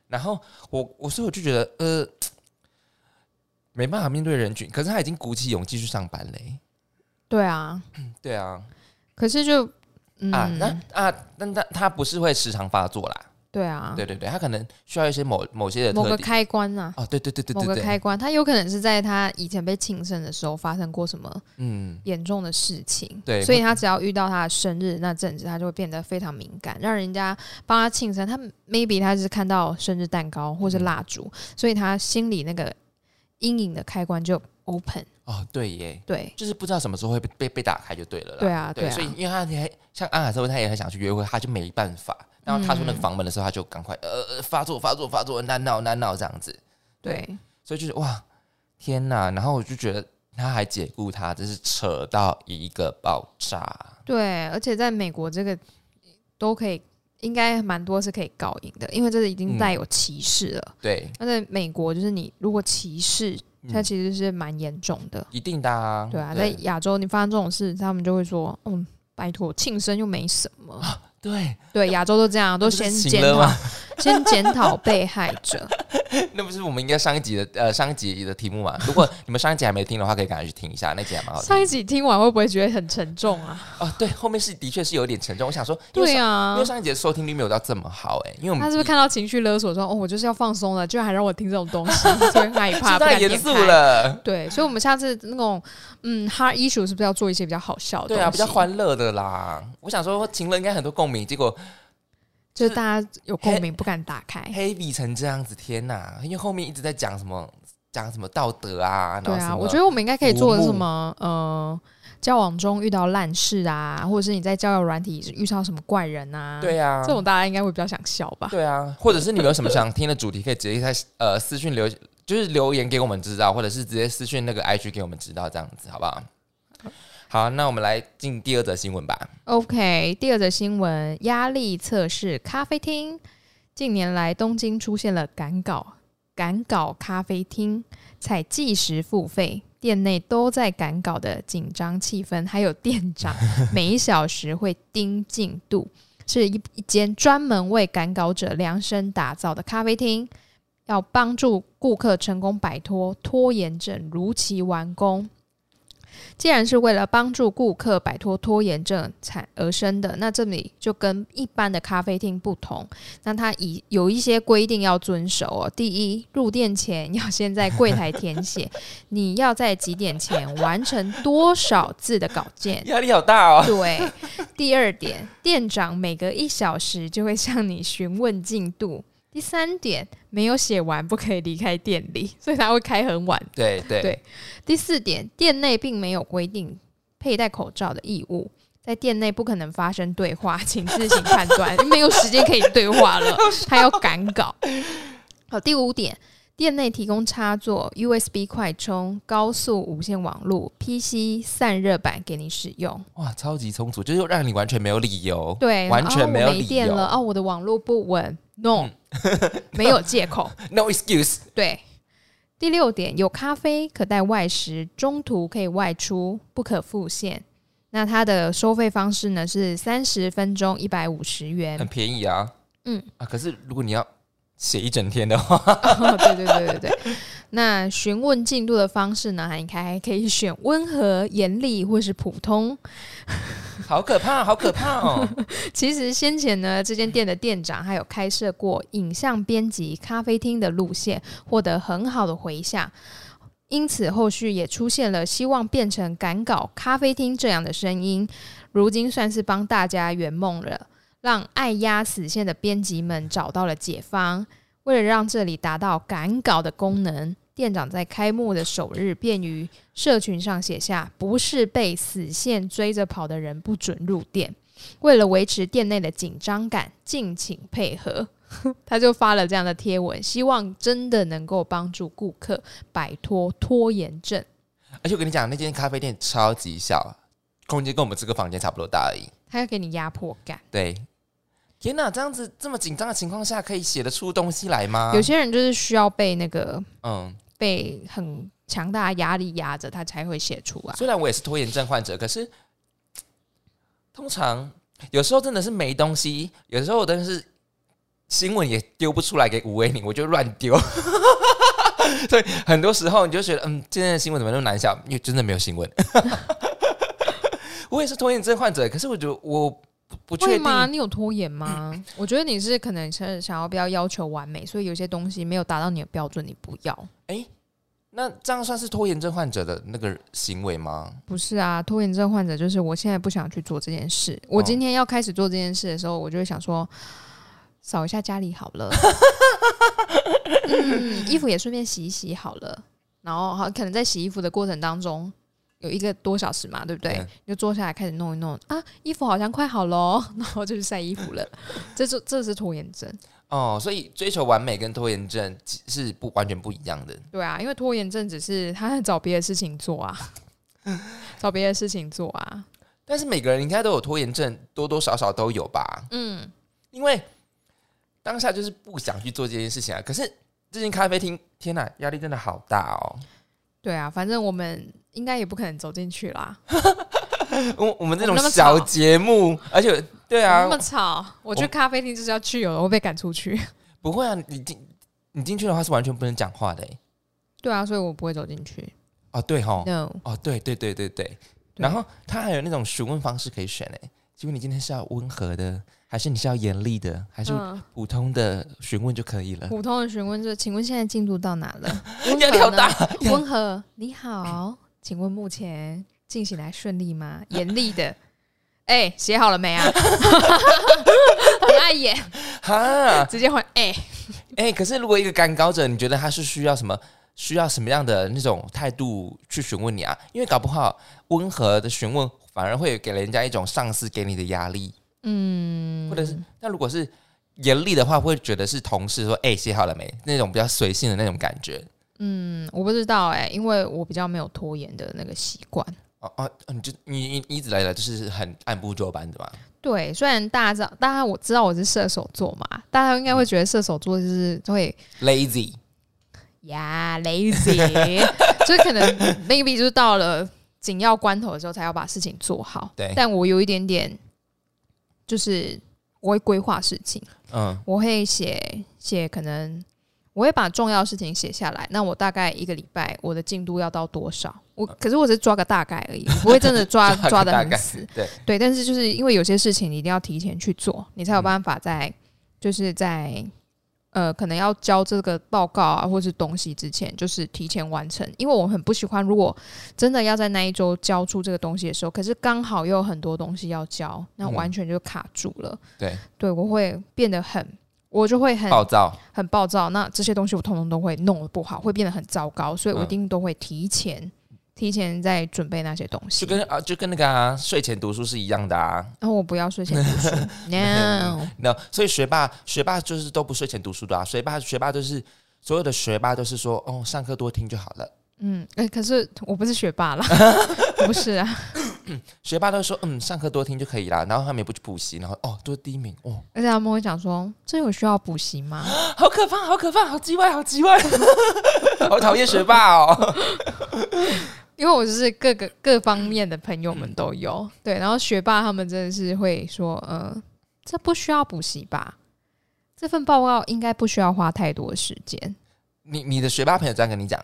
[SPEAKER 1] 然后我我所以我就觉得呃，没办法面对人群，可是他已经鼓起勇气去上班嘞。
[SPEAKER 2] 对啊，
[SPEAKER 1] 对啊，
[SPEAKER 2] 可是就嗯，
[SPEAKER 1] 啊那啊，但他他不是会时常发作啦。
[SPEAKER 2] 对啊，
[SPEAKER 1] 对对对，他可能需要一些某某些的
[SPEAKER 2] 某
[SPEAKER 1] 特
[SPEAKER 2] 个
[SPEAKER 1] 定
[SPEAKER 2] 开关呐、
[SPEAKER 1] 哦，对对对对
[SPEAKER 2] 某
[SPEAKER 1] 对
[SPEAKER 2] 个
[SPEAKER 1] 对，
[SPEAKER 2] 开关，他有可能是在他以前被庆生的时候发生过什么
[SPEAKER 1] 嗯，
[SPEAKER 2] 严重的事情，
[SPEAKER 1] 对
[SPEAKER 2] 所以他只要遇到他的生日那阵子，他就会变得非常敏感，让人家帮他庆生，他 maybe 他是看到生日蛋糕或是
[SPEAKER 1] 嗯
[SPEAKER 2] 蜡烛，所以他心里那个阴影的开关就 open，
[SPEAKER 1] 哦对耶，
[SPEAKER 2] 对，
[SPEAKER 1] 就是不知道什么时候会被被被打开就对了啦。
[SPEAKER 2] 对啊，
[SPEAKER 1] 对，
[SPEAKER 2] 啊
[SPEAKER 1] 所，以因为他也像安海瑟薇，他也很想去约会，他就没办法。然后踏
[SPEAKER 2] 嗯
[SPEAKER 1] 出那个房门的时候，他就赶快呃呃发作发作发作，难闹难闹这样子。
[SPEAKER 2] 对，
[SPEAKER 1] 所以就是哇，天哪！然后我就觉得他还解雇他，真是扯到一个爆炸。
[SPEAKER 2] 对，而且在美国这个都可以，应该蛮多是可以告赢的，因为这是已经
[SPEAKER 1] 嗯
[SPEAKER 2] 带有歧视了。
[SPEAKER 1] 对，
[SPEAKER 2] 那在美国，就是你如果歧视，它
[SPEAKER 1] 嗯
[SPEAKER 2] 其实是蛮严重的，
[SPEAKER 1] 一定的啊，
[SPEAKER 2] 对啊。在亚洲，你发生这种事，他们就会说，嗯，拜托，庆生又没什么。
[SPEAKER 1] 对 <laughs>
[SPEAKER 2] 对，亚洲都这样，都
[SPEAKER 1] 这啊
[SPEAKER 2] 先
[SPEAKER 1] 不是
[SPEAKER 2] 检
[SPEAKER 1] 情了
[SPEAKER 2] 讨
[SPEAKER 1] 吗，
[SPEAKER 2] 先检讨被害者。
[SPEAKER 1] 那不是我们应该上一集的呃上一集的题目嘛？如果你们上一集还没听的话，可以赶快去听一下，那集还 <laughs> 蛮好听
[SPEAKER 2] 上一集听完会不会觉得很沉重啊？
[SPEAKER 1] 哦。对，后面是的确是有点沉重。我想说，因为
[SPEAKER 2] 对
[SPEAKER 1] 上因
[SPEAKER 2] 啊
[SPEAKER 1] 为，上一集的收听率没有到这么好哎、因为我们
[SPEAKER 2] 他是不是看到情绪勒索说：“哦，我就是要放松了，居然还让我听这种东
[SPEAKER 1] <laughs>
[SPEAKER 2] 西，所以害怕，不
[SPEAKER 1] 太
[SPEAKER 2] 敢点
[SPEAKER 1] 严
[SPEAKER 2] 开
[SPEAKER 1] 肃。”了。
[SPEAKER 2] 对，所以我们下次那种嗯 hard issue 是不是要做一些比较好笑的？
[SPEAKER 1] 对啊，比较，欢乐的啦。我想说，情人应该很多共鸣，结果
[SPEAKER 2] 就是大家有共鸣不敢打开。
[SPEAKER 1] heavy 成这样子，天哪！因为后面一直在讲什么讲什么道德啊，然
[SPEAKER 2] 对
[SPEAKER 1] 后什
[SPEAKER 2] 啊，
[SPEAKER 1] 么，
[SPEAKER 2] 我觉得我们应该可以做
[SPEAKER 1] 服务
[SPEAKER 2] 什么？呃，交往中遇到烂事啊，或者是你在交友软体遇到什么怪人啊，、
[SPEAKER 1] 对啊，
[SPEAKER 2] 这种大家应该会比较想笑吧？
[SPEAKER 1] 对啊，或者是你们有什么想听的主题，可以直接在呃私讯留，就是留言给我们知道，或者是直接私讯那个 IG 给我们知道，这样子好不好？好，那我们来进第二则新闻吧。
[SPEAKER 2] OK，第二则新闻：压力测试咖啡厅。近年来，东京出现了赶稿赶稿咖啡厅，采计时付费，店内都在赶稿的紧张气氛，还有店长每一小时会盯进度，是一一间专门为赶稿者量身打造的咖啡厅，要帮助顾客成功摆脱拖延症，如期完工。既然是为了帮助顾客摆脱拖延症产而生的，那这里就跟一般的咖啡厅不同。那它以有一些规定要遵守哦。第一，入店前要先在柜台填写你要在几点前完成多少字的稿件。
[SPEAKER 1] 压力好大哦，
[SPEAKER 2] 对，第二点，店长每隔一小时就会向你询问进度。第三点，没有写完不可以离开店里， <laughs> 所以他会开很晚。
[SPEAKER 1] 对对
[SPEAKER 2] 对第四点，店内并没有规定佩戴口罩的义务，在店内不可能发生对话，请自行判断，没有时间可以对话了，还要赶稿。好，第五点，店内提供插座、USB 快充、高速无线网络、PC 散热板给你使用。
[SPEAKER 1] 哇，超级充足，就是让你完全没有理由，
[SPEAKER 2] 对，
[SPEAKER 1] 完全
[SPEAKER 2] 哦
[SPEAKER 1] 没有
[SPEAKER 2] 我
[SPEAKER 1] 理
[SPEAKER 2] 没电
[SPEAKER 1] 由嗯
[SPEAKER 2] 了哦，我的网络不稳，no，没有借口。
[SPEAKER 1] n o excuse。
[SPEAKER 2] 对，第六点，有咖啡可带外食，中途可以外出，不可付现。那它的收费方式呢是三十分钟一百五十元
[SPEAKER 1] 很。便宜啊。嗯
[SPEAKER 2] 哎嗯
[SPEAKER 1] 啊，可是如果你要写一整天的话， <laughs>
[SPEAKER 2] 哦， <laughs> 对对对对对。那询问进度的方式呢，你还可以选温和、严厉或是普通。
[SPEAKER 1] 好可怕，好可怕哦！
[SPEAKER 2] <laughs> 其实先前呢，这间店的店长还有开设过影像编辑咖啡厅的路线，获得很好的回响。因此，后续也出现了希望变成赶稿咖啡厅这样的声音，如今算是帮大家圆梦了，让爱压死线的编辑们找到了解放。为了让这里达到赶稿的功能，店长在开幕的首日便于社群上写下：“不是被死线追着跑的人不准入店。”为了维持店内的紧张感，敬请配合。 <laughs> 他就发了这样的贴文，希望真的能够帮助顾客摆脱拖延症。
[SPEAKER 1] 而且我跟你讲，那间咖啡店超级小，空间跟我们这个房间差不多大而已。
[SPEAKER 2] 他要给你压迫感。
[SPEAKER 1] 对，天哪，这样子这么紧张的情况下，可以写得出东西来吗？
[SPEAKER 2] 有些人就是需要被那个
[SPEAKER 1] 嗯，
[SPEAKER 2] 被很强大的压力压着，他才会写出来。
[SPEAKER 1] 虽然我也是拖延症患者，可是通常有时候真的是没东西，有时候我真的是新闻也丢不出来给吴威宁，我就乱丢。 <laughs> 所以很多时候你就觉得，嗯，今天的新闻怎么那么难笑？因为真的没有新闻。 <laughs> 我也是拖延症患者，可是我觉得我不不确
[SPEAKER 2] 会
[SPEAKER 1] 定
[SPEAKER 2] 吗？你有拖延吗？我觉得你是可能是想要不要要求完美，所以有些东西没有达到你的标准，你不要。
[SPEAKER 1] 那这样算是拖延症患者的那个行为吗？
[SPEAKER 2] 不是啊，拖延症患者就是我现在不想去做这件事。我今天要开始做这件事的时候，我就会想说，扫一下家里好了，嗯，衣服也顺便洗一洗好了。然后好，可能在洗衣服的过程当中有一个多小时嘛，对不对？
[SPEAKER 1] 嗯
[SPEAKER 2] 你就坐下来开始弄一弄啊，衣服好像快好了哦， <laughs> 然后就去晒衣服了。这就这是拖延症，
[SPEAKER 1] 哦，所以追求完美跟拖延症其是不完全不一样的。
[SPEAKER 2] 对啊，因为拖延症只是他在找别的事情做啊，找别的事情做啊，
[SPEAKER 1] 但是每个人应该都有拖延症，多多少少都有吧。
[SPEAKER 2] 嗯，
[SPEAKER 1] 因为当下就是不想去做这件事情啊。可是这间咖啡厅，天哪，压力真的好大哦！
[SPEAKER 2] 对啊，反正我们应该也不可能走进去啦。
[SPEAKER 1] 我我们这种
[SPEAKER 2] 我们那么
[SPEAKER 1] 小
[SPEAKER 2] 吵
[SPEAKER 1] 节目，而且对啊
[SPEAKER 2] 那，么吵，我去
[SPEAKER 1] 我
[SPEAKER 2] 咖啡厅就是要去有的，我被赶出去。 <laughs>
[SPEAKER 1] 不会啊，你进你进去的话是完全不能讲话的、欸。
[SPEAKER 2] 对啊，所以我不会走进去。
[SPEAKER 1] 哦，对吼，
[SPEAKER 2] No，
[SPEAKER 1] 哦，对对对对对。
[SPEAKER 2] 对
[SPEAKER 1] 然后它还有那种询问方式可以选诶、欸请问你今天是要温和的，还是你是要严厉的，还是
[SPEAKER 2] 嗯，
[SPEAKER 1] 普通的询问就可以了？
[SPEAKER 2] 普通的询问就是，请问现在进度到哪了？
[SPEAKER 1] <laughs> 压力好大，
[SPEAKER 2] 温和，你好，请问目前进行来顺利吗？严厉的，哎、写好了没啊？ <laughs> 很
[SPEAKER 1] <laughs>
[SPEAKER 2] 碍眼，
[SPEAKER 1] 哈！
[SPEAKER 2] 直接换哎、
[SPEAKER 1] 哎、可是如果一个赶稿者，你觉得他是需要什么？需要什么样的那种态度去询问你啊？因为搞不好温和的询问反而会给人家一种上司给你的压力，
[SPEAKER 2] 嗯，
[SPEAKER 1] 或者是那如果是严厉的话，会觉得是同事说：“哎、写好了没？”那种比较随性的那种感觉。
[SPEAKER 2] 嗯，我不知道哎、因为我比较没有拖延的那个习惯。
[SPEAKER 1] 哦哦，你就你你你一直来了就是很按部就班的嘛。
[SPEAKER 2] 对，虽然大家知道，大家我知道我是射手座嘛，大家应该会觉得射手座就是会
[SPEAKER 1] Lazy，
[SPEAKER 2] 呀、yeah,，lazy，就是 <laughs> 可能 maybe 就是到了紧要关头的时候才要把事情做好。
[SPEAKER 1] 对
[SPEAKER 2] 但我有一点点，就是我会规划事情，
[SPEAKER 1] 嗯
[SPEAKER 2] 我会写写，可能我会把重要的事情写下来。那我大概一个礼拜我的进度要到多少？我可是我只是抓个大概而已， <laughs> 我不会真的抓
[SPEAKER 1] 嗯 <laughs> 抓个
[SPEAKER 2] 抓的
[SPEAKER 1] 大
[SPEAKER 2] 很
[SPEAKER 1] 概
[SPEAKER 2] 死。
[SPEAKER 1] 对
[SPEAKER 2] 对，但是就是因为有些事情你一定要提前去做，你
[SPEAKER 1] 嗯
[SPEAKER 2] 才有办法在、就是在呃可能要交这个报告啊或是东西之前，就是提前完成。因为我很不喜欢，如果真的要在那一周交出这个东西的时候，可是刚好又有很多东西要交，那
[SPEAKER 1] 嗯
[SPEAKER 2] 完全就卡住了。
[SPEAKER 1] 对，
[SPEAKER 2] 对我会变得很，我就会很
[SPEAKER 1] 暴躁。
[SPEAKER 2] 很暴躁。那这些东西我通通都会弄得不好，会变得很糟糕，所以我一
[SPEAKER 1] 嗯
[SPEAKER 2] 定都会提前、提前在准备那些东西
[SPEAKER 1] 就。跟啊，就跟那个啊，睡前读书是一样的啊。
[SPEAKER 2] 然后我不要睡前读
[SPEAKER 1] <laughs>
[SPEAKER 2] 书，no，
[SPEAKER 1] 那所以学霸，学霸就是都不睡前读书的啊。学霸，学霸就是所有的学霸都是说，哦，上课多听就好了。
[SPEAKER 2] 嗯，哎、可是我不是学霸
[SPEAKER 1] <laughs>
[SPEAKER 2] 啦，不是啊，
[SPEAKER 1] 学霸都说，嗯，上课多听就可以啦。然后他们也不去补习，然后哦，都是第一名，哦，
[SPEAKER 2] 而且他们会讲说，这有需要补习吗？
[SPEAKER 1] 好可怕，好可怕，好叽歪，好叽歪， <laughs> 好讨厌学霸哦。 <laughs>
[SPEAKER 2] 因为我就是各个各方面的朋友们
[SPEAKER 1] 嗯
[SPEAKER 2] 都有，对，然后学霸他们真的是会说，呃，这不需要补习吧？这份报告应该不需要花太多的时间。
[SPEAKER 1] 你你的学霸朋友这样跟你讲，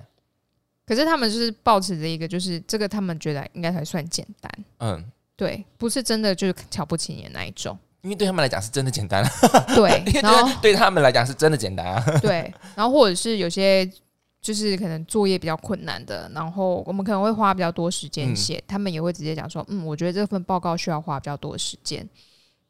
[SPEAKER 2] 可是他们就是抱持着一个，就是这个他们觉得应该才算简单，
[SPEAKER 1] 嗯，
[SPEAKER 2] 对，不是真的就是瞧不起你的那一
[SPEAKER 1] <laughs>
[SPEAKER 2] 种，
[SPEAKER 1] 因为对他们来讲是真的简单啊，
[SPEAKER 2] 对
[SPEAKER 1] 因为，
[SPEAKER 2] 然后
[SPEAKER 1] 对对他们来讲是真的简单啊。
[SPEAKER 2] 对，然后或者是有些就是可能作业比较困难的，然后我们可能会花比较多时间
[SPEAKER 1] 嗯
[SPEAKER 2] 写，他们也会直接讲说，嗯，我觉得这份报告需要花比较多的时间。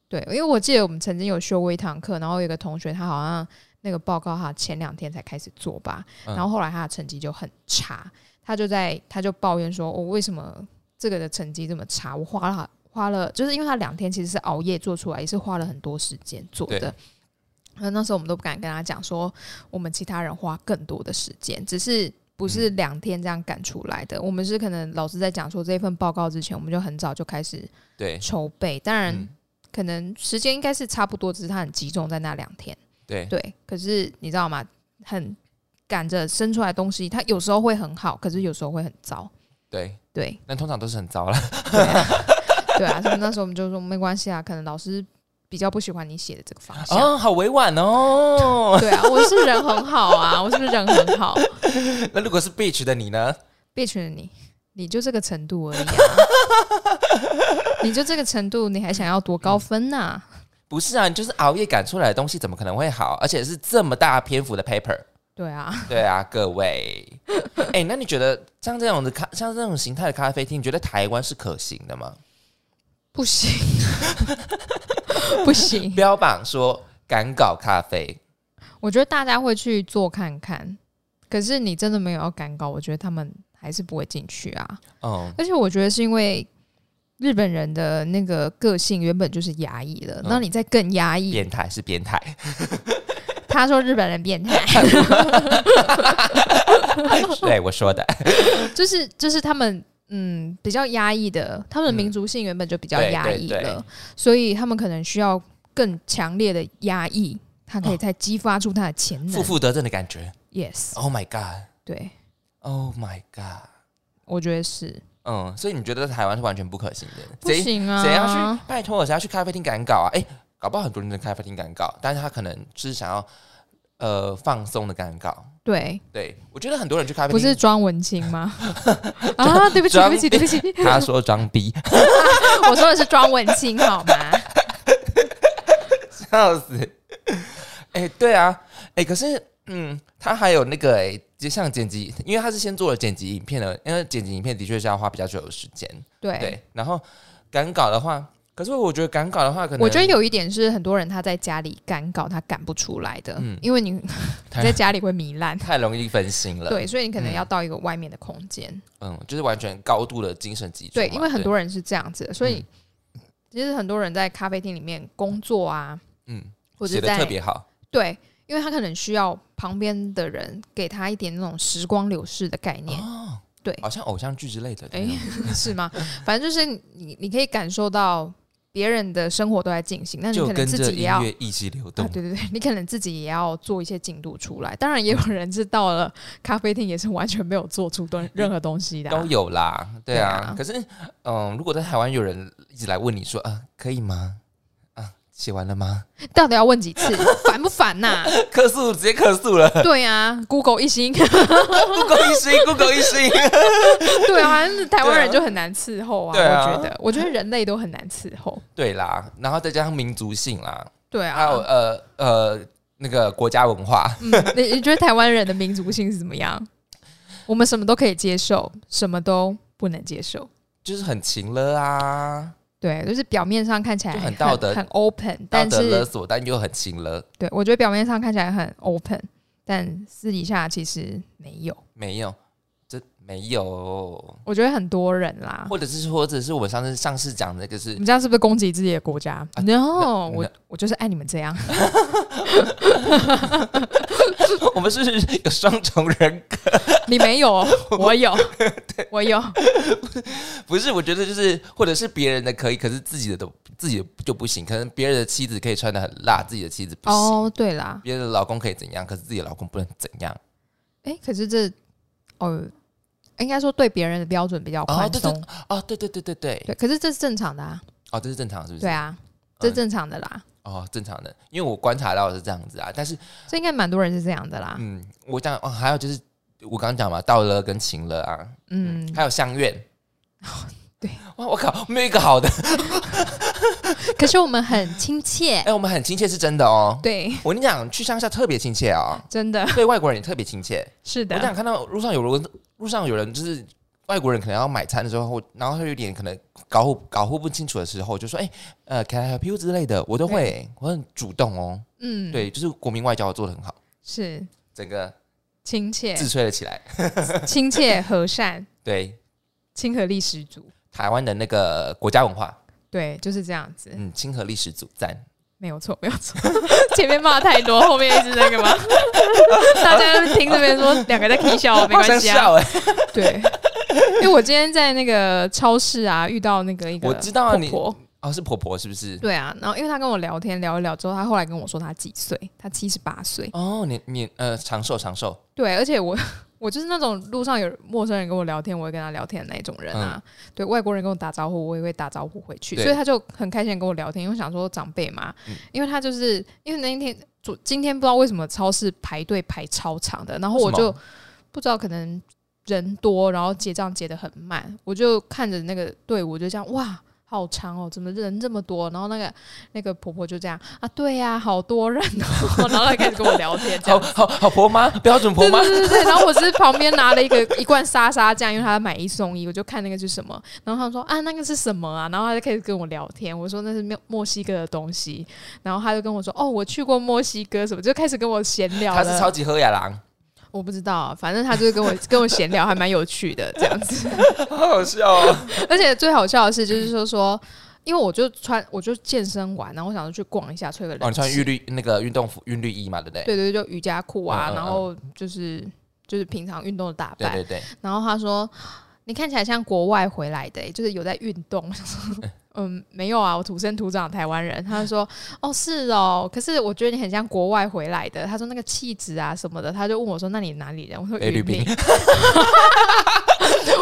[SPEAKER 2] 对，因为我记得我们曾经有修过一堂课，然后有一个同学他好像那个报告他前两天才开始做吧，
[SPEAKER 1] 嗯
[SPEAKER 2] 然后后来他的成绩就很差，他就在他就抱怨说，我、哦为什么这个的成绩这么差？我花了花了，就是因为他两天其实是熬夜做出来，也是花了很多时间做的
[SPEAKER 1] 对。
[SPEAKER 2] 那那时候我们都不敢跟他讲说，我们其他人花更多的时间，只是不
[SPEAKER 1] 嗯
[SPEAKER 2] 是两天这样赶出来的。我们是可能老师在讲说这份报告之前，我们就很早就开始
[SPEAKER 1] <laughs> 对，
[SPEAKER 2] 筹备。当然，
[SPEAKER 1] 嗯，
[SPEAKER 2] 可能时间应该是差不多，只是他很集中在那两天。
[SPEAKER 1] 对，
[SPEAKER 2] 对，可是你知道吗？很赶着生出来的东西，它有时候会很好，可是有时候会很糟。
[SPEAKER 1] 对，
[SPEAKER 2] 对
[SPEAKER 1] <laughs> 但通常都是很糟啦。 <laughs>
[SPEAKER 2] 对啊，所以那时候我们就说没关系啊，可能老师比较不喜欢你写的这个方向。
[SPEAKER 1] 哦，好委婉哦。 <laughs>
[SPEAKER 2] 对啊，我是人很好啊，我是不是人很好？
[SPEAKER 1] 那如果是 bitch 的你呢？
[SPEAKER 2] 别觉得你，你就这个程度而已啊，你就这个程度，你还想要多高分呐、
[SPEAKER 1] 不是啊，你就是熬夜赶出来的东西，怎么可能会好？而且是这么大篇幅的 paper。
[SPEAKER 2] 对啊，
[SPEAKER 1] 对啊，各位。 <laughs> 哎、那你觉得像这种的咖，像这种形态的咖啡厅，你觉得台湾是可行的吗？
[SPEAKER 2] 不行， <laughs> 不行，
[SPEAKER 1] 标榜说赶稿咖啡，
[SPEAKER 2] 我觉得大家会去做看看，可是你真的没有要赶稿，我觉得他们还是不会进去啊。
[SPEAKER 1] 嗯，
[SPEAKER 2] 而且我觉得是因为日本人的那个个性原本就是压抑的，
[SPEAKER 1] 嗯
[SPEAKER 2] 那、你再更压抑，
[SPEAKER 1] 变态是变态， <laughs>
[SPEAKER 2] 他说日本人变态，
[SPEAKER 1] 对我说的，
[SPEAKER 2] 就是就是他们。嗯，比较压抑的，他们的民族性原本就比较
[SPEAKER 1] 对
[SPEAKER 2] 压抑
[SPEAKER 1] 嗯对对
[SPEAKER 2] 了，所以他们可能需要更强烈的压抑，他可以再激发出他的潜能。
[SPEAKER 1] 负负得正的感觉。
[SPEAKER 2] yes，
[SPEAKER 1] Oh my god，Oh
[SPEAKER 2] 对，
[SPEAKER 1] my god，
[SPEAKER 2] 我觉得是
[SPEAKER 1] 嗯，所以你觉得在台湾是完全不可行的？
[SPEAKER 2] 不
[SPEAKER 1] 谁
[SPEAKER 2] 行啊，
[SPEAKER 1] 谁要去？拜托，谁要去咖啡厅赶稿啊？哎、搞不好很多人在咖啡厅赶稿，但是他可能就是想要呃放松的干告。
[SPEAKER 2] 对，
[SPEAKER 1] 对我觉得很多人去咖啡
[SPEAKER 2] 不是
[SPEAKER 1] 厅，
[SPEAKER 2] 装文青
[SPEAKER 1] <laughs>
[SPEAKER 2] 吗？啊，对不起，对不起，对不起， <laughs>
[SPEAKER 1] 他说装逼， <laughs>
[SPEAKER 2] 我说的是装文青好吗？
[SPEAKER 1] 笑死。哎、对啊，哎、可是嗯，他还有那个哎、就像剪辑，因为他是先做了剪辑影片的，因为剪辑影片的确是要花比较久的时间。
[SPEAKER 2] 对，
[SPEAKER 1] 对，然后赶稿的话，可是我觉得赶稿的话，可能
[SPEAKER 2] 我觉得有一点是很多人他在家里赶稿，他赶不出来的，
[SPEAKER 1] 嗯
[SPEAKER 2] 因
[SPEAKER 1] <laughs>
[SPEAKER 2] 为你你在家里会糜烂，
[SPEAKER 1] 太容易分心了。
[SPEAKER 2] 对，，所以你可能
[SPEAKER 1] 嗯
[SPEAKER 2] 要到一个外面的空间，
[SPEAKER 1] 嗯，就是完全高度的精神集中嘛。
[SPEAKER 2] 对，因为很多人是这样子的，所以
[SPEAKER 1] 嗯
[SPEAKER 2] 其实很多人在咖啡厅里面工作啊，
[SPEAKER 1] 嗯，
[SPEAKER 2] 或者
[SPEAKER 1] 写
[SPEAKER 2] 是
[SPEAKER 1] 的
[SPEAKER 2] 在
[SPEAKER 1] 特别好，
[SPEAKER 2] 对，因为他可能需要旁边的人给他一点那种时光流逝的概念，对
[SPEAKER 1] 好像偶像剧之类的。
[SPEAKER 2] 哎、 <laughs> 是吗？反正就是你，你可以感受到别人的生活都在进行，那你
[SPEAKER 1] 就
[SPEAKER 2] 可能
[SPEAKER 1] 跟
[SPEAKER 2] 自
[SPEAKER 1] 着
[SPEAKER 2] 己也
[SPEAKER 1] 音
[SPEAKER 2] 要。
[SPEAKER 1] 乐一起流
[SPEAKER 2] 啊
[SPEAKER 1] 动，，
[SPEAKER 2] 对对 <laughs> 对，你可能自己也要做一些进度出来。当然，也有人是到了咖啡厅也是完全没有做出东任何东西的啊、
[SPEAKER 1] 都有啦，对啊。
[SPEAKER 2] 对啊
[SPEAKER 1] 可是，嗯，如果在台湾有人一直来问你说，啊，可以吗？啊，写完了吗？ <laughs>
[SPEAKER 2] 到底要问几次？烦不烦呐、
[SPEAKER 1] 客诉直接客诉了
[SPEAKER 2] 对啊，Google 一星， <laughs>
[SPEAKER 1] ，Google 一星，Google 一星。 <laughs>
[SPEAKER 2] 对啊，反正台湾人
[SPEAKER 1] 对
[SPEAKER 2] 就很难伺候啊。
[SPEAKER 1] 对啊
[SPEAKER 2] 我觉得，我觉得人类都很难伺候。
[SPEAKER 1] 对啦，然后再加上民族性啦，
[SPEAKER 2] 对
[SPEAKER 1] 还有
[SPEAKER 2] 啊，
[SPEAKER 1] 呃呃那个国家文化，
[SPEAKER 2] 嗯，你你觉得台湾人的民族性是怎么样？我们什么都可以接受，什么都不能接受。
[SPEAKER 1] 就是很勤了啊，
[SPEAKER 2] 对，就是表面上看起来
[SPEAKER 1] 就很道德
[SPEAKER 2] 很 open，
[SPEAKER 1] 道
[SPEAKER 2] 但
[SPEAKER 1] 德勒
[SPEAKER 2] 是
[SPEAKER 1] 索，但又很勤了。
[SPEAKER 2] 对我觉得表面上看起来很 open，但私底下其实没有。
[SPEAKER 1] 没有，这没有，
[SPEAKER 2] 我觉得很多人啦，
[SPEAKER 1] 或者是或者是我们上次上次讲的那个是 <laughs>
[SPEAKER 2] 你，们这样是不是攻击自己的国家、
[SPEAKER 1] 啊
[SPEAKER 2] n o
[SPEAKER 1] 那
[SPEAKER 2] 我
[SPEAKER 1] 那
[SPEAKER 2] 我就是爱你们这样。 <laughs>
[SPEAKER 1] 我们是不是有双重人格？
[SPEAKER 2] 你没有，
[SPEAKER 1] <laughs>
[SPEAKER 2] 我有，我有。
[SPEAKER 1] 不是，我觉得就是或者是别人的可以，可是自己的都自己的就不行。可能别人的妻子可以穿的很辣，自己的妻子不行。
[SPEAKER 2] 哦，对啦，
[SPEAKER 1] 别人的老公可以怎样，可是自己的老公不能怎样。
[SPEAKER 2] 哎、可是这哦，应该说对别人的标准比较宽松、
[SPEAKER 1] 哦哦，对对对对对，
[SPEAKER 2] 对，可是这是正常的啊，
[SPEAKER 1] 哦，这是正常是不是？
[SPEAKER 2] 对啊，这
[SPEAKER 1] 嗯
[SPEAKER 2] 正常的啦，
[SPEAKER 1] 哦，正常的，因为我观察到的是这样子啊。但是，
[SPEAKER 2] 这应该蛮多人是这样的啦。
[SPEAKER 1] 嗯，我讲哦，还有就是我刚刚讲嘛，道了跟情了啊，
[SPEAKER 2] 嗯，
[SPEAKER 1] 还有相怨。
[SPEAKER 2] <laughs> 对，
[SPEAKER 1] 哇，我靠，没有一个好的。
[SPEAKER 2] 可是我们很亲切
[SPEAKER 1] <laughs> 哎、，我们很亲切是真的哦。
[SPEAKER 2] 对，
[SPEAKER 1] 我跟你讲，去乡下特别亲切哦，
[SPEAKER 2] 真的
[SPEAKER 1] 对外国人也特别亲切。
[SPEAKER 2] 是
[SPEAKER 1] 我
[SPEAKER 2] 的
[SPEAKER 1] 想，看到路上有人，路上有人就是外国人，可能要买餐的时候，然后他有点可能搞混搞混不清楚的时候，就说：“哎、呃，Can I help you 之类的，我都会，我很主动哦。
[SPEAKER 2] 嗯，，
[SPEAKER 1] 对，就是国民外交做的很好，
[SPEAKER 2] 是
[SPEAKER 1] 整个
[SPEAKER 2] 亲切、
[SPEAKER 1] 自吹了起来。
[SPEAKER 2] <laughs> 亲切、和善、
[SPEAKER 1] 对，
[SPEAKER 2] 亲和力十足。
[SPEAKER 1] 台湾的那个国家文化，
[SPEAKER 2] 对，就是这样子，
[SPEAKER 1] 嗯，亲和力十足，赞。
[SPEAKER 2] 没有错，没有错。 <laughs> 前面骂太多，后面一直那个嘛， <laughs> 大家听这边说两个在 K 笑，没
[SPEAKER 1] 好
[SPEAKER 2] 关
[SPEAKER 1] 想
[SPEAKER 2] 系啊。
[SPEAKER 1] 笑哎、
[SPEAKER 2] 对，因为我今天在那个超市啊遇到那个一个
[SPEAKER 1] 我知道啊
[SPEAKER 2] 婆
[SPEAKER 1] 你
[SPEAKER 2] 婆
[SPEAKER 1] 哦，是婆婆是不是？
[SPEAKER 2] 对啊，然后因为她跟我聊天聊一聊之后，她后来跟我说她几岁，她七十八岁，
[SPEAKER 1] 哦，你你呃，长寿长寿，
[SPEAKER 2] 对，而且我我就是那种路上有陌生人跟我聊天，我会跟他聊天的那一种人啊。对外国人跟我打招呼，我也会打招呼回去，
[SPEAKER 1] 嗯对
[SPEAKER 2] 所以他就很开心地跟我聊天，因为我想说长辈嘛，
[SPEAKER 1] 嗯
[SPEAKER 2] 因为他就是因为那一天昨今天不知道为什么超市排队排超长的，然后我
[SPEAKER 1] 为什
[SPEAKER 2] 就
[SPEAKER 1] 么
[SPEAKER 2] 不知道可能人多，然后结账结得很慢，我就看着那个队伍就这样哇。好长哦，怎么人这么多？然后那个那个婆婆就这样啊，对呀、好多人哦， <laughs> 然后她开始跟我聊天，这样
[SPEAKER 1] 好好好婆妈，标准婆
[SPEAKER 2] 对
[SPEAKER 1] 妈
[SPEAKER 2] 对。对对对，然后我只是旁边拿了一个一罐沙沙酱，因为他买一送一，我就看那个是什么，然后他说啊那个是什么啊，然后他就开始跟我聊天，我说那是墨墨西哥的东西，然后他就跟我说哦我去过墨西哥什么，就开始跟我闲聊
[SPEAKER 1] 他是超
[SPEAKER 2] 了，
[SPEAKER 1] 级喝雅郎， <laughs>
[SPEAKER 2] 我不知道，反正他就是跟我跟我闲聊，还蛮有趣的这样子， <laughs>
[SPEAKER 1] 好好笑哦。
[SPEAKER 2] 而且最好笑的是就是说说。因为我就穿，我就健身完，然后我想说去逛一下，吹个冷气。
[SPEAKER 1] 哦，你穿韵律那个运动服、韵律衣嘛，对不对？
[SPEAKER 2] 对对对，就瑜伽裤啊，
[SPEAKER 1] 嗯嗯嗯
[SPEAKER 2] 然后就是就是平常运动的打扮。
[SPEAKER 1] 对对对，
[SPEAKER 2] 然后他说：“你看起来像国外回来的欸、就是有在运动。” <laughs> 我想说：“嗯，没有啊，我土生土长的台湾人。”他就说：“哦，是哦，可是我觉得你很像国外回来的。”他说：“那个气质啊什么的。”他就问我说：“那你哪里人？”我说：“
[SPEAKER 1] 菲律
[SPEAKER 2] 云
[SPEAKER 1] 宾
[SPEAKER 2] 林。” <laughs>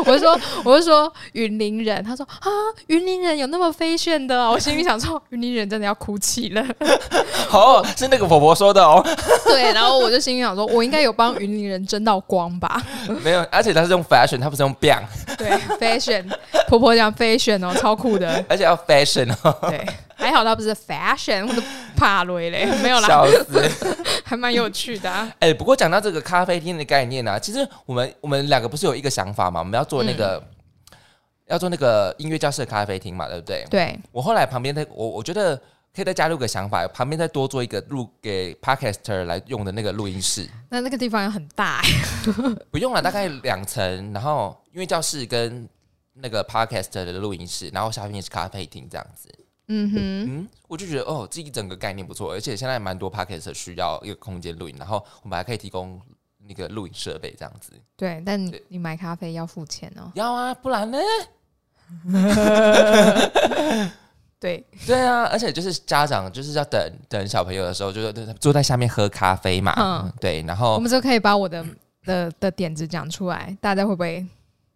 [SPEAKER 2] 我就说，我就说云林人，他说啊，云林人有那么飞旋的哦、我心里想说，云林人真的要哭泣了。
[SPEAKER 1] <laughs> 哦，是那个婆婆说的哦， <laughs>
[SPEAKER 2] 对，然后我就心里想说，我应该有帮云林人争到光吧？
[SPEAKER 1] 没有，而且她是用 fashion，她不是用 bang，
[SPEAKER 2] 对，fashion 婆婆讲 fashion 哦，超酷的。
[SPEAKER 1] <laughs> 而且要 fashion 哦， <laughs>
[SPEAKER 2] 对，还好他不是 fashion 或者帕雷嘞，没有啦，
[SPEAKER 1] 笑死。 <laughs>
[SPEAKER 2] 还蛮有趣的、啊。
[SPEAKER 1] 哎、不过讲到这个咖啡厅的概念呢、啊，其实我们我们两个不是有一个想法嘛，我们要做那个、
[SPEAKER 2] 嗯
[SPEAKER 1] 要做那个音乐教室的咖啡厅嘛，对不对？
[SPEAKER 2] 对，
[SPEAKER 1] 我后来旁边再我我觉得可以再加入个想法，旁边再多做一个录给 podcaster 来用的那个录音室，
[SPEAKER 2] 那那个地方也很大、欸，
[SPEAKER 1] 不用了，大概两层，然后音乐教室跟那个 podcaster 的录音室，然后下面是咖啡厅这样子。
[SPEAKER 2] 嗯哼。
[SPEAKER 1] 嗯，我就觉得哦，这一整个概念不错，而且现在蛮多 podcaster 需要一个空间录影，然后我们还可以提供那个录影设备这样子。
[SPEAKER 2] 对，但你
[SPEAKER 1] 对
[SPEAKER 2] 你买咖啡要付钱哦。
[SPEAKER 1] 要啊，不然呢？
[SPEAKER 2] 对，
[SPEAKER 1] 对啊，而且就是家长就是要等等小朋友的时候，就是坐在下面喝咖啡嘛，
[SPEAKER 2] 嗯
[SPEAKER 1] 嗯、对，然
[SPEAKER 2] 我
[SPEAKER 1] 后
[SPEAKER 2] 们就可以把我的的的点子讲出来，大家会不会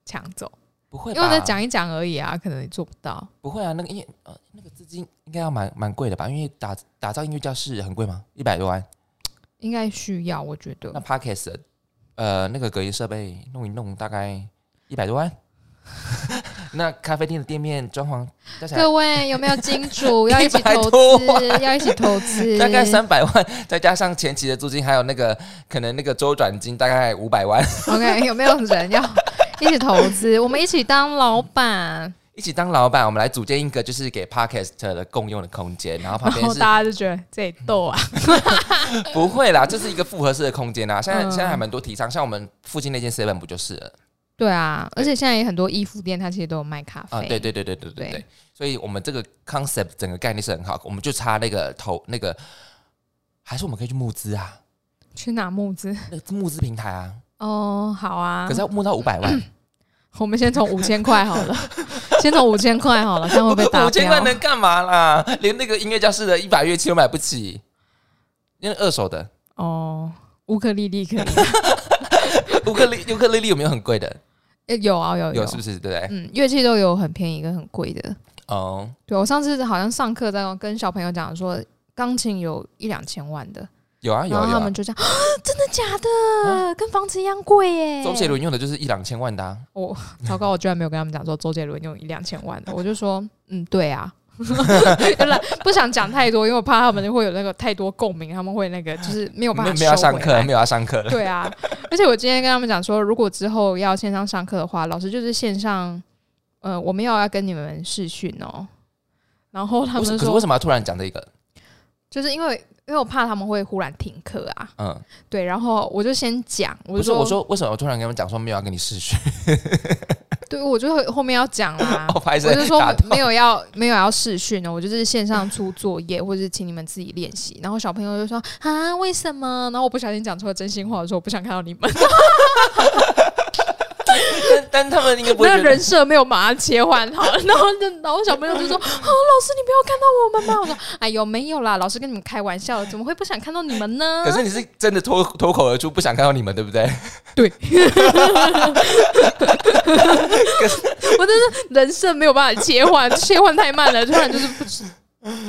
[SPEAKER 2] 抢走？
[SPEAKER 1] 不会
[SPEAKER 2] 因
[SPEAKER 1] 吧，
[SPEAKER 2] 为我在讲一讲而已啊，可能也做不到。
[SPEAKER 1] 不会啊，那个因为呃那个资金应该要蛮蛮贵的吧，因为打打造音乐教室很贵吗？一百多万，
[SPEAKER 2] 应该需要，我觉
[SPEAKER 1] 那
[SPEAKER 2] 得
[SPEAKER 1] Parkes 的呃那个隔音设备弄一弄大概一百多万， <laughs> 那咖啡店的店面装潢加起来
[SPEAKER 2] 各位有没有金
[SPEAKER 1] <laughs>
[SPEAKER 2] 主要一起投
[SPEAKER 1] 100多
[SPEAKER 2] 资？要一起投资，
[SPEAKER 1] 大概三百万， <laughs> 再加上前期的租金，还有那个可能那个周转金大概五百万， <laughs>
[SPEAKER 2] OK，有没有人要一起投资？我们一起当老板，
[SPEAKER 1] 一起当老板，我们来组建一个就是给 Podcast 的共用的空间，然后旁
[SPEAKER 2] 然
[SPEAKER 1] 边
[SPEAKER 2] 后
[SPEAKER 1] 是
[SPEAKER 2] 哦大家就觉得这里逗啊。
[SPEAKER 1] 不会啦，这是一个复合式的空间啊。现在、
[SPEAKER 2] 嗯
[SPEAKER 1] 现在还蛮多提倡，像我们附近那间 Seven 不就是了
[SPEAKER 2] <laughs> 对啊，而且现在也很多衣服店，它其实都有卖咖啡。
[SPEAKER 1] 啊？对对对对对对对
[SPEAKER 2] 对，
[SPEAKER 1] 所以我们这个 concept 整个概念是很好，我们就差那个投那个，还是我们可以去募资啊，
[SPEAKER 2] 去拿募资
[SPEAKER 1] 那个募资平台啊，
[SPEAKER 2] 哦，好啊。
[SPEAKER 1] 可是要募到五百
[SPEAKER 2] <coughs>
[SPEAKER 1] 万，
[SPEAKER 2] 我们先从五千块好
[SPEAKER 1] <laughs>
[SPEAKER 2] 了，先从五千块好了，看会不会达标。
[SPEAKER 1] 五千块能干嘛啦？连那个音乐教室的一把乐器都买不起，因为二手
[SPEAKER 2] <laughs>
[SPEAKER 1] 的
[SPEAKER 2] 哦，乌克丽丽可以，
[SPEAKER 1] <laughs> 乌克丽乌克丽丽有没有很贵的？
[SPEAKER 2] 诶有啊有
[SPEAKER 1] 有是不是？对不对？
[SPEAKER 2] 嗯，乐器都有很便宜跟很贵的。
[SPEAKER 1] 哦、
[SPEAKER 2] 对我上次好像上课在跟小朋友讲说，钢琴有一两千万的，
[SPEAKER 1] 有啊有
[SPEAKER 2] 然
[SPEAKER 1] 啊
[SPEAKER 2] 后
[SPEAKER 1] 有
[SPEAKER 2] 他
[SPEAKER 1] 啊
[SPEAKER 2] 们。就讲、啊， <gasps> 真的假的？跟房子一样贵耶！
[SPEAKER 1] 周杰伦用的就是一两千万的、啊，
[SPEAKER 2] 我糟糕，我居然没有跟他们讲说周杰伦用一两千万的，我就说，嗯，
[SPEAKER 1] <laughs>
[SPEAKER 2] 对啊。原来不想讲太多，因为我怕他们会有那个太多共鸣，他们会那个就是没有办
[SPEAKER 1] 没
[SPEAKER 2] 法
[SPEAKER 1] 有没有要
[SPEAKER 2] 收回
[SPEAKER 1] 上课，
[SPEAKER 2] 来
[SPEAKER 1] 没有要上课了。
[SPEAKER 2] 对啊，而且我今天跟他们讲说，如果之后要线上上课的话，老师就是线上，呃，我们要要跟你们视讯哦。然后
[SPEAKER 1] 为
[SPEAKER 2] 他们
[SPEAKER 1] 什
[SPEAKER 2] 就
[SPEAKER 1] 可是为
[SPEAKER 2] 说，
[SPEAKER 1] 什么要突然讲这个？
[SPEAKER 2] 就是因为因为我怕他们会忽然停课啊，
[SPEAKER 1] 嗯，
[SPEAKER 2] 对，然后我就先讲，我
[SPEAKER 1] 不
[SPEAKER 2] 就是啊
[SPEAKER 1] 我说为什么我突然跟他们讲说没有要跟你试训？
[SPEAKER 2] 对，我就会后面
[SPEAKER 1] <laughs>，
[SPEAKER 2] 要讲啦
[SPEAKER 1] 我拍
[SPEAKER 2] 我就
[SPEAKER 1] 摄
[SPEAKER 2] 说
[SPEAKER 1] 打
[SPEAKER 2] 没有要没有要视讯哦，我就是线上出作业，或者是请你们自己练习。然后小朋友就说啊，为什么？然后我不小心讲出了真心话，我说我不想看
[SPEAKER 1] <laughs>
[SPEAKER 2] 到你们，
[SPEAKER 1] 但但他们应该不会
[SPEAKER 2] 那
[SPEAKER 1] 觉
[SPEAKER 2] 个
[SPEAKER 1] 得
[SPEAKER 2] 人设没有马上切换好， <laughs> 然后就然后小朋友就说：“哦，老师，你不要看到我们吗？”我说：“哎呦，没有啦，老师跟你们开玩笑的，怎么会不想看到你们呢
[SPEAKER 1] 可是你是真的脱脱口而出，不想看到你们，对不
[SPEAKER 2] <laughs>
[SPEAKER 1] 对？？”
[SPEAKER 2] 我真是人设没有办法切换，切换太慢了，突然就是不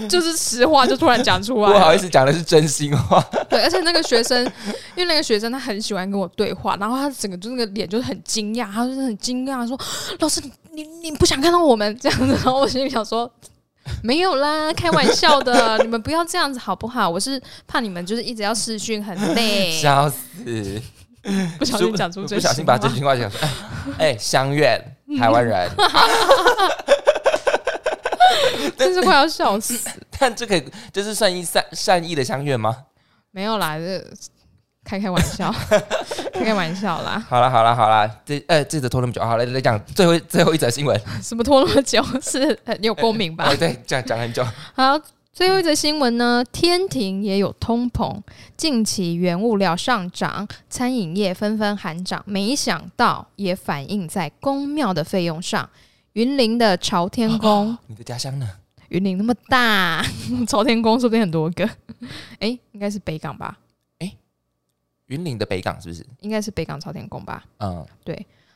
[SPEAKER 2] 就是实话就突然讲出来
[SPEAKER 1] 不
[SPEAKER 2] 了，
[SPEAKER 1] 好意思，讲的是真心
[SPEAKER 2] <laughs>
[SPEAKER 1] 话。
[SPEAKER 2] 对，而且那个学生，因为那个学生他很喜欢跟我对话，然后他整个就那个脸就是很惊讶，他就是很惊讶说：“老师，你你你不想看到我们这样子？” <laughs> 然后我心里想说：“没有啦，开玩笑的，你们不要这样子好不好？我是怕你们就是一直要视讯很累，
[SPEAKER 1] 笑死！
[SPEAKER 2] 不小心讲出
[SPEAKER 1] 啊不
[SPEAKER 2] 真心话，嗯
[SPEAKER 1] 小心把真心话讲出来。哎，香苑，台湾人， <laughs>
[SPEAKER 2] 真是快要笑死。
[SPEAKER 1] 但这个就是善意善善意的相怨吗？
[SPEAKER 2] 没有啦，这开开玩笑， <laughs> 开开玩笑啦，
[SPEAKER 1] 好了好了好了，这呃这则拖那么久，好来来讲最后最后一则新闻。
[SPEAKER 2] 什么拖那么久，是很有共 <laughs> 鸣吧
[SPEAKER 1] 哎，？对，讲讲很久。
[SPEAKER 2] 好，最后一则新闻呢，天庭也有通膨，近期原物料上涨，餐饮业纷纷喊涨，没想到也反映在公庙的费用上。云林的朝天宫，
[SPEAKER 1] <laughs> 你的家乡呢？
[SPEAKER 2] 云林那么大， <laughs> 朝天宫说不定很多个，诶，应该是北港吧？
[SPEAKER 1] 云林的北港是不是？
[SPEAKER 2] 应该是北港朝天宫吧？
[SPEAKER 1] 嗯，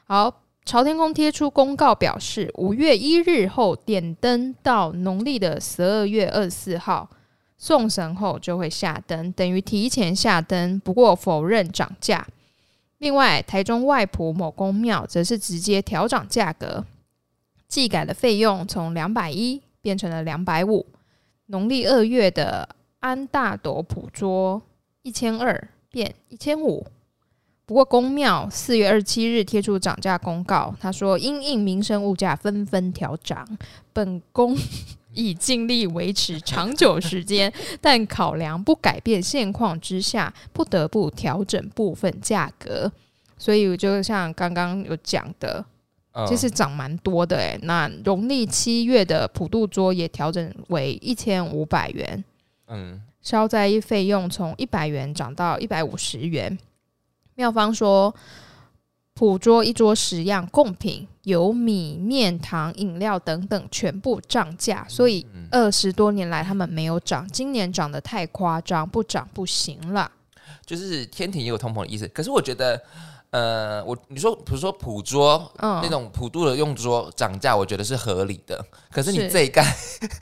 [SPEAKER 2] 好，朝天宫贴出公告表示，五月一日后点灯到农历的十二月二十四号送神后就会下灯，等于提前下灯，不过否认涨价。另外，台中外埔某公庙则是直接调涨价格，祭改的费用从两百一变成了两百五。农历二月的安大斗普桌一千二变一千五。不过，公庙四月二十七日贴出涨价公告，他说因应民生物价纷纷调涨，本宫已尽力维持长久时间，但考量不改变现况之下，不得不调整部分价格。所以，我就像刚刚有讲的，
[SPEAKER 1] 嗯
[SPEAKER 2] 其实涨蛮多的诶、那农历七月的普渡桌也调整为一千五百元，
[SPEAKER 1] 嗯，
[SPEAKER 2] 消灾费用从一百元涨到一百五十元。妙方说，普桌一桌十样贡品，有米、面、糖、饮料等等，全部涨价，所以
[SPEAKER 1] 嗯
[SPEAKER 2] 二十多年来他们没有涨，今年涨得太夸张，不涨不行了。
[SPEAKER 1] 就是天庭也有通膨的意思。可是我觉得，呃，我你说比如说普桌。
[SPEAKER 2] 嗯
[SPEAKER 1] 那，种普渡的用桌涨价，我觉得是合理的。可是你
[SPEAKER 2] 是
[SPEAKER 1] 这一盖，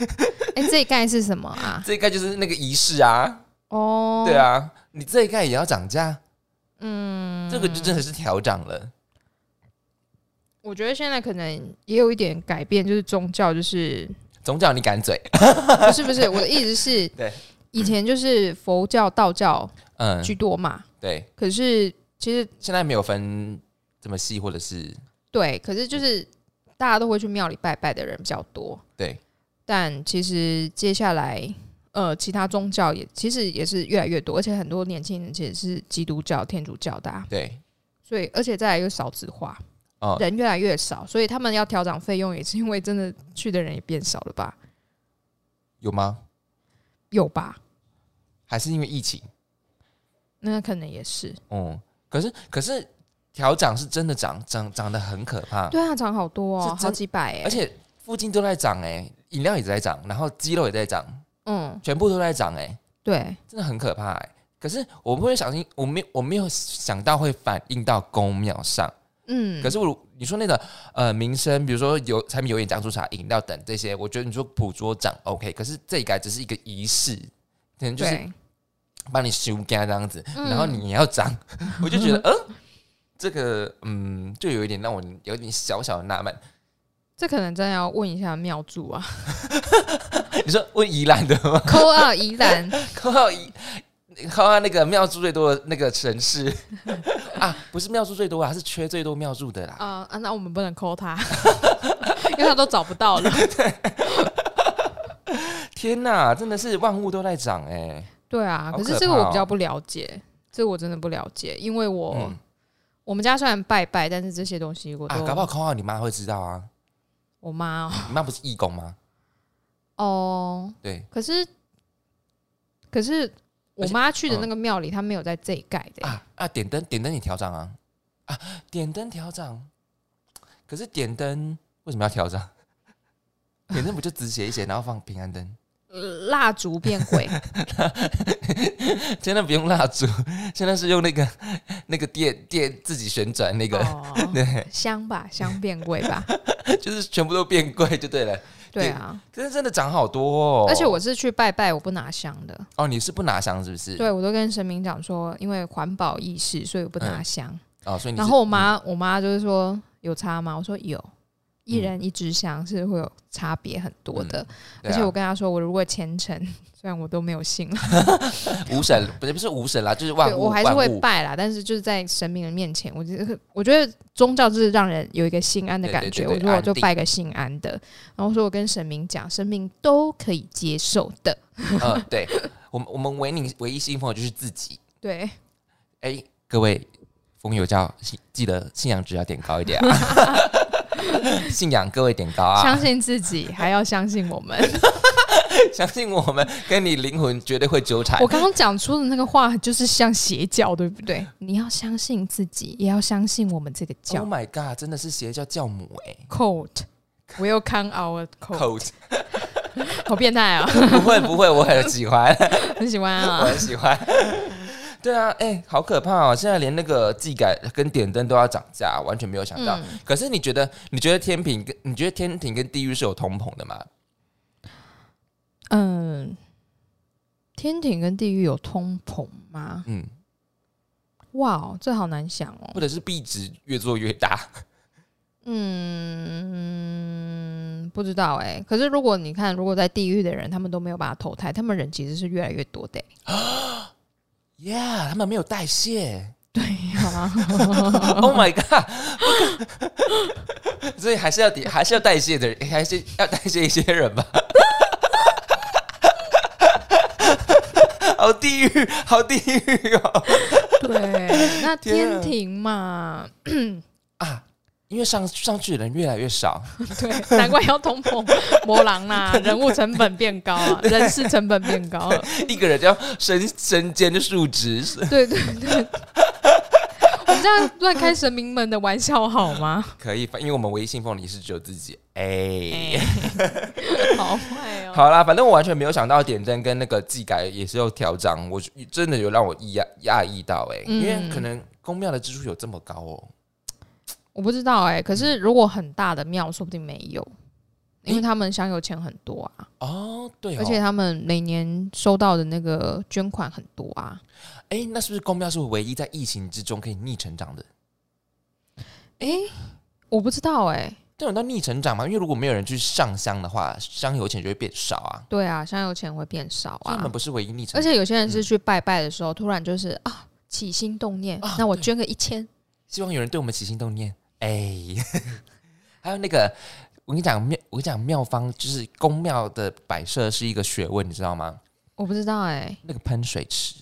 [SPEAKER 1] <laughs>？
[SPEAKER 2] 哎、这一盖是什么啊
[SPEAKER 1] 这一盖就是那个仪式啊，
[SPEAKER 2] 哦，
[SPEAKER 1] <laughs> 对，啊，你这一盖也要涨价，
[SPEAKER 2] 嗯，
[SPEAKER 1] 这个就真的是调涨了。
[SPEAKER 2] 我觉得现在可能也有一点改变，就是宗教，就是
[SPEAKER 1] 总叫你赶嘴，
[SPEAKER 2] 不是不是，我的意思是，
[SPEAKER 1] <laughs> 对，
[SPEAKER 2] 以前就是佛教、道教
[SPEAKER 1] 嗯，
[SPEAKER 2] 居多嘛，
[SPEAKER 1] 对，
[SPEAKER 2] 可是其实
[SPEAKER 1] 现在没有分这么细，或者是
[SPEAKER 2] 对，可是就是大家都会去庙里拜拜的人比较多，
[SPEAKER 1] 对，
[SPEAKER 2] 但其实接下来。呃，其他宗教也其实也是越来越多，而且很多年轻人其实是基督教、天主教的、啊，
[SPEAKER 1] 对，
[SPEAKER 2] 所以而且再来又少子化，
[SPEAKER 1] 哦
[SPEAKER 2] 人越来越少，所以他们要调整费用，也是因为真的去的人也变少了吧？
[SPEAKER 1] 有吗？
[SPEAKER 2] 有吧？
[SPEAKER 1] 还是因为疫情？
[SPEAKER 2] 那可能也是。
[SPEAKER 1] 嗯，可是可是调涨是真的涨，涨涨得很可怕，
[SPEAKER 2] 对啊，涨好多
[SPEAKER 1] 是
[SPEAKER 2] 哦，
[SPEAKER 1] 真
[SPEAKER 2] 好几百哎、
[SPEAKER 1] 而且附近都在涨哎、饮料也在涨，然后鸡肉也在涨，
[SPEAKER 2] 嗯，
[SPEAKER 1] 全部都在涨哎、
[SPEAKER 2] 对，
[SPEAKER 1] 真的很可怕哎、可是我不会小心，我没我没有想到会反映到公庙上。
[SPEAKER 2] 嗯，
[SPEAKER 1] 可是我你说那个呃民生，比如说油产品、油盐酱醋茶、饮料等这些，我觉得你说捕捉涨 OK，可是这一改只是一个仪式，可能就是
[SPEAKER 2] 对，
[SPEAKER 1] 帮你修干这样子，
[SPEAKER 2] 嗯
[SPEAKER 1] 然后你也要涨， <laughs> 我就觉得嗯，这个嗯，就有一点让我有点小小的纳闷。
[SPEAKER 2] 这可能真的要问一下妙
[SPEAKER 1] <laughs>
[SPEAKER 2] 助啊，
[SPEAKER 1] 你说问宜兰的吗？
[SPEAKER 2] 扣二宜兰，
[SPEAKER 1] 靠到宜，靠到那个庙祝最多的那个城市
[SPEAKER 2] <laughs>
[SPEAKER 1] 啊，不是庙祝最多啊，是缺最多庙祝的啦。
[SPEAKER 2] 啊啊，那我们不能扣他，因为他都找不到
[SPEAKER 1] <laughs>
[SPEAKER 2] 了。
[SPEAKER 1] 天哪，真的是万物都在涨哎、
[SPEAKER 2] 对啊，
[SPEAKER 1] 好
[SPEAKER 2] 可
[SPEAKER 1] 可
[SPEAKER 2] 是这个我
[SPEAKER 1] 怕哦
[SPEAKER 2] 比较不了解，这我真的不了解，因为我、
[SPEAKER 1] 嗯
[SPEAKER 2] 我们家虽然拜拜，但是这些东西我都、
[SPEAKER 1] 啊，搞不好靠到你妈会知道啊，
[SPEAKER 2] 我妈哦
[SPEAKER 1] 你妈不是义工吗？
[SPEAKER 2] 哦，
[SPEAKER 1] 对
[SPEAKER 2] 可是可是我
[SPEAKER 1] 而且
[SPEAKER 2] 妈去
[SPEAKER 1] 嗯
[SPEAKER 2] 的那个庙里，她没有在这一盖的、
[SPEAKER 1] 啊啊，点灯点灯你调涨啊啊，点灯调涨，可是点灯为什么要调涨？点灯不就只写一写，然后放平安灯，
[SPEAKER 2] 呃蜡烛变鬼，
[SPEAKER 1] 现在不用蜡烛，现在是用那个那个电电自己旋转 <laughs> 那个，
[SPEAKER 2] 哦
[SPEAKER 1] 对，
[SPEAKER 2] 香吧，香变贵吧，
[SPEAKER 1] <laughs> 就是全部都变贵就对了。
[SPEAKER 2] 对
[SPEAKER 1] 对
[SPEAKER 2] 啊，
[SPEAKER 1] 真的真的涨好多哦！
[SPEAKER 2] 而且我是去拜拜，我不拿香的，
[SPEAKER 1] 哦，你是不拿香是不是？
[SPEAKER 2] 对我都跟神明讲说，因为环保意识，所以我不拿
[SPEAKER 1] 嗯
[SPEAKER 2] 香。
[SPEAKER 1] 哦，所以你是
[SPEAKER 2] 然后我妈，我妈就是说有差吗？我说有，
[SPEAKER 1] 嗯
[SPEAKER 2] 一人一支香是会有差别很多的。
[SPEAKER 1] 对
[SPEAKER 2] 而
[SPEAKER 1] 啊
[SPEAKER 2] 且我跟她说，我如果虔诚，虽然我都没有信了，
[SPEAKER 1] 无神不是不是无神啦，就是万
[SPEAKER 2] 对
[SPEAKER 1] 物
[SPEAKER 2] <laughs> 我还是会
[SPEAKER 1] 万物
[SPEAKER 2] 拜啦，但是就是在神明的面前，我觉得我觉得宗教就是让人有一个心安的感觉。
[SPEAKER 1] 对对对
[SPEAKER 2] 我
[SPEAKER 1] 对
[SPEAKER 2] 说我就
[SPEAKER 1] 安定
[SPEAKER 2] 拜个心安的，然后说我跟神明讲，神明都可以接受的。
[SPEAKER 1] 嗯，对，我们我们唯你唯一信奉的就是自己。
[SPEAKER 2] 对，
[SPEAKER 1] 哎，各位风友教信记得信仰值要点高一点
[SPEAKER 2] <laughs>
[SPEAKER 1] 啊，信仰各位点高啊
[SPEAKER 2] 相，信自己，还要相信我
[SPEAKER 1] <laughs>
[SPEAKER 2] 们。
[SPEAKER 1] 相信我们跟你灵魂绝对会纠缠
[SPEAKER 2] 我。刚刚讲出的那个话就是像邪教，对不对？你要相信自己，也要相信我们这个
[SPEAKER 1] Oh
[SPEAKER 2] 教。
[SPEAKER 1] my god，真的是邪教教母哎、
[SPEAKER 2] Code，我又 come our code，
[SPEAKER 1] Coat
[SPEAKER 2] 好变态啊， <laughs>
[SPEAKER 1] 不会不会，我很喜欢，
[SPEAKER 2] 很喜欢
[SPEAKER 1] <laughs> 我
[SPEAKER 2] 啊。
[SPEAKER 1] 很喜欢。对啊，哎、好可怕哦！现在连那个技改跟点灯都要涨价，完全没有想到。
[SPEAKER 2] 嗯
[SPEAKER 1] 可是你觉得，你觉得天平跟你觉得天庭跟地狱是有通膨的吗？
[SPEAKER 2] 嗯，天庭跟地狱有通膨吗？
[SPEAKER 1] 嗯，
[SPEAKER 2] 哇哦，这好难想
[SPEAKER 1] 或
[SPEAKER 2] 哦。
[SPEAKER 1] 者是币值越做越大？
[SPEAKER 2] 嗯，不知道哎、可是如果你看，如果在地狱的人，他们都没有把它投胎，他们人其实是越来越多的、欸。
[SPEAKER 1] Yeah，他们没有代谢。
[SPEAKER 2] <laughs> 好啊吗？
[SPEAKER 1] oh my god！不可 <laughs> 所以还是要抵还是要代谢的人，还是要代谢一些人吧。 <laughs> 好地狱，好地狱哦！
[SPEAKER 2] 对，那
[SPEAKER 1] 天啊
[SPEAKER 2] 天庭嘛，
[SPEAKER 1] 啊，因为上上去的人越来越少，
[SPEAKER 2] 对，难怪要通膨， <laughs> 魔狼啦，人物成本变高了，人事成本变高啊了，
[SPEAKER 1] <laughs> 一个人就要身身兼数职， <laughs>
[SPEAKER 2] <laughs> 对对对。我们这样乱开神明们的玩笑好吗？
[SPEAKER 1] 可以，因为我们微信凤梨是只有自己。哎、
[SPEAKER 2] <laughs> 好坏哦，
[SPEAKER 1] 好啦，反正我完全没有想到点灯跟那个技改也是有调涨，我真的有让我意讶讶异到哎、
[SPEAKER 2] 嗯
[SPEAKER 1] 因为可能公庙的支出有这么高哦。
[SPEAKER 2] 我不知道哎、可是如果很大的庙，说不定没有，因为他们香油钱很多啊，
[SPEAKER 1] 哦，对哦，
[SPEAKER 2] 而且他们每年收到的那个捐款很多啊。
[SPEAKER 1] 哎、那是不是公庙是唯一在疫情之中可以逆成长的？
[SPEAKER 2] 哎、我不知道哎、
[SPEAKER 1] 这种叫逆成长吗？因为如果没有人去上香的话，香油钱就会变少啊。
[SPEAKER 2] 对啊，香油钱会变少
[SPEAKER 1] 所以
[SPEAKER 2] 啊
[SPEAKER 1] 我。们不嗯是唯一逆成
[SPEAKER 2] 而
[SPEAKER 1] 长，
[SPEAKER 2] 且有些人是去拜拜的时候，突然就是啊，起心动念，
[SPEAKER 1] 啊
[SPEAKER 2] 那我
[SPEAKER 1] 对
[SPEAKER 2] 捐个一千，
[SPEAKER 1] 希望有人对我们起心动念。哎、 <laughs> 还有那个，我跟你讲庙，我跟你讲庙方就是公庙的摆设是一个学问，你知道吗？
[SPEAKER 2] 我不知道哎、
[SPEAKER 1] 那个喷水池，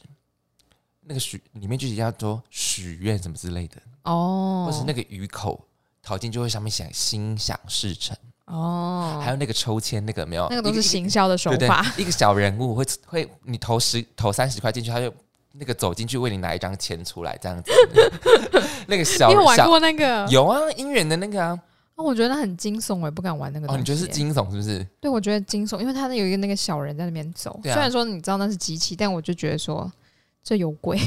[SPEAKER 1] 那个许里面就一定要说许愿什么之类的，
[SPEAKER 2] 哦，
[SPEAKER 1] 或是那个鱼口淘金就会上面写心想事成，
[SPEAKER 2] 哦，
[SPEAKER 1] 还有那个抽签那个有没有，
[SPEAKER 2] 那个都
[SPEAKER 1] 一
[SPEAKER 2] 是
[SPEAKER 1] 一
[SPEAKER 2] 行销的手
[SPEAKER 1] 对对
[SPEAKER 2] 法，
[SPEAKER 1] 一个小人物会会你投十投三十块进去，他就那个走进去为你拿一张钱出来这
[SPEAKER 2] <laughs>
[SPEAKER 1] 样子，那个小
[SPEAKER 2] 你有玩
[SPEAKER 1] 小
[SPEAKER 2] 过那个？
[SPEAKER 1] 有啊，姻缘的那个啊，
[SPEAKER 2] 哦我觉得很惊悚，我也不敢玩那个东
[SPEAKER 1] 哦，
[SPEAKER 2] 西。
[SPEAKER 1] 你觉得是惊悚是不是？
[SPEAKER 2] 对，我觉得惊悚，因为他那有一个那个小人在那边走，
[SPEAKER 1] 对啊
[SPEAKER 2] 虽然说你知道那是机器，但我就觉得说这有 <laughs> 鬼。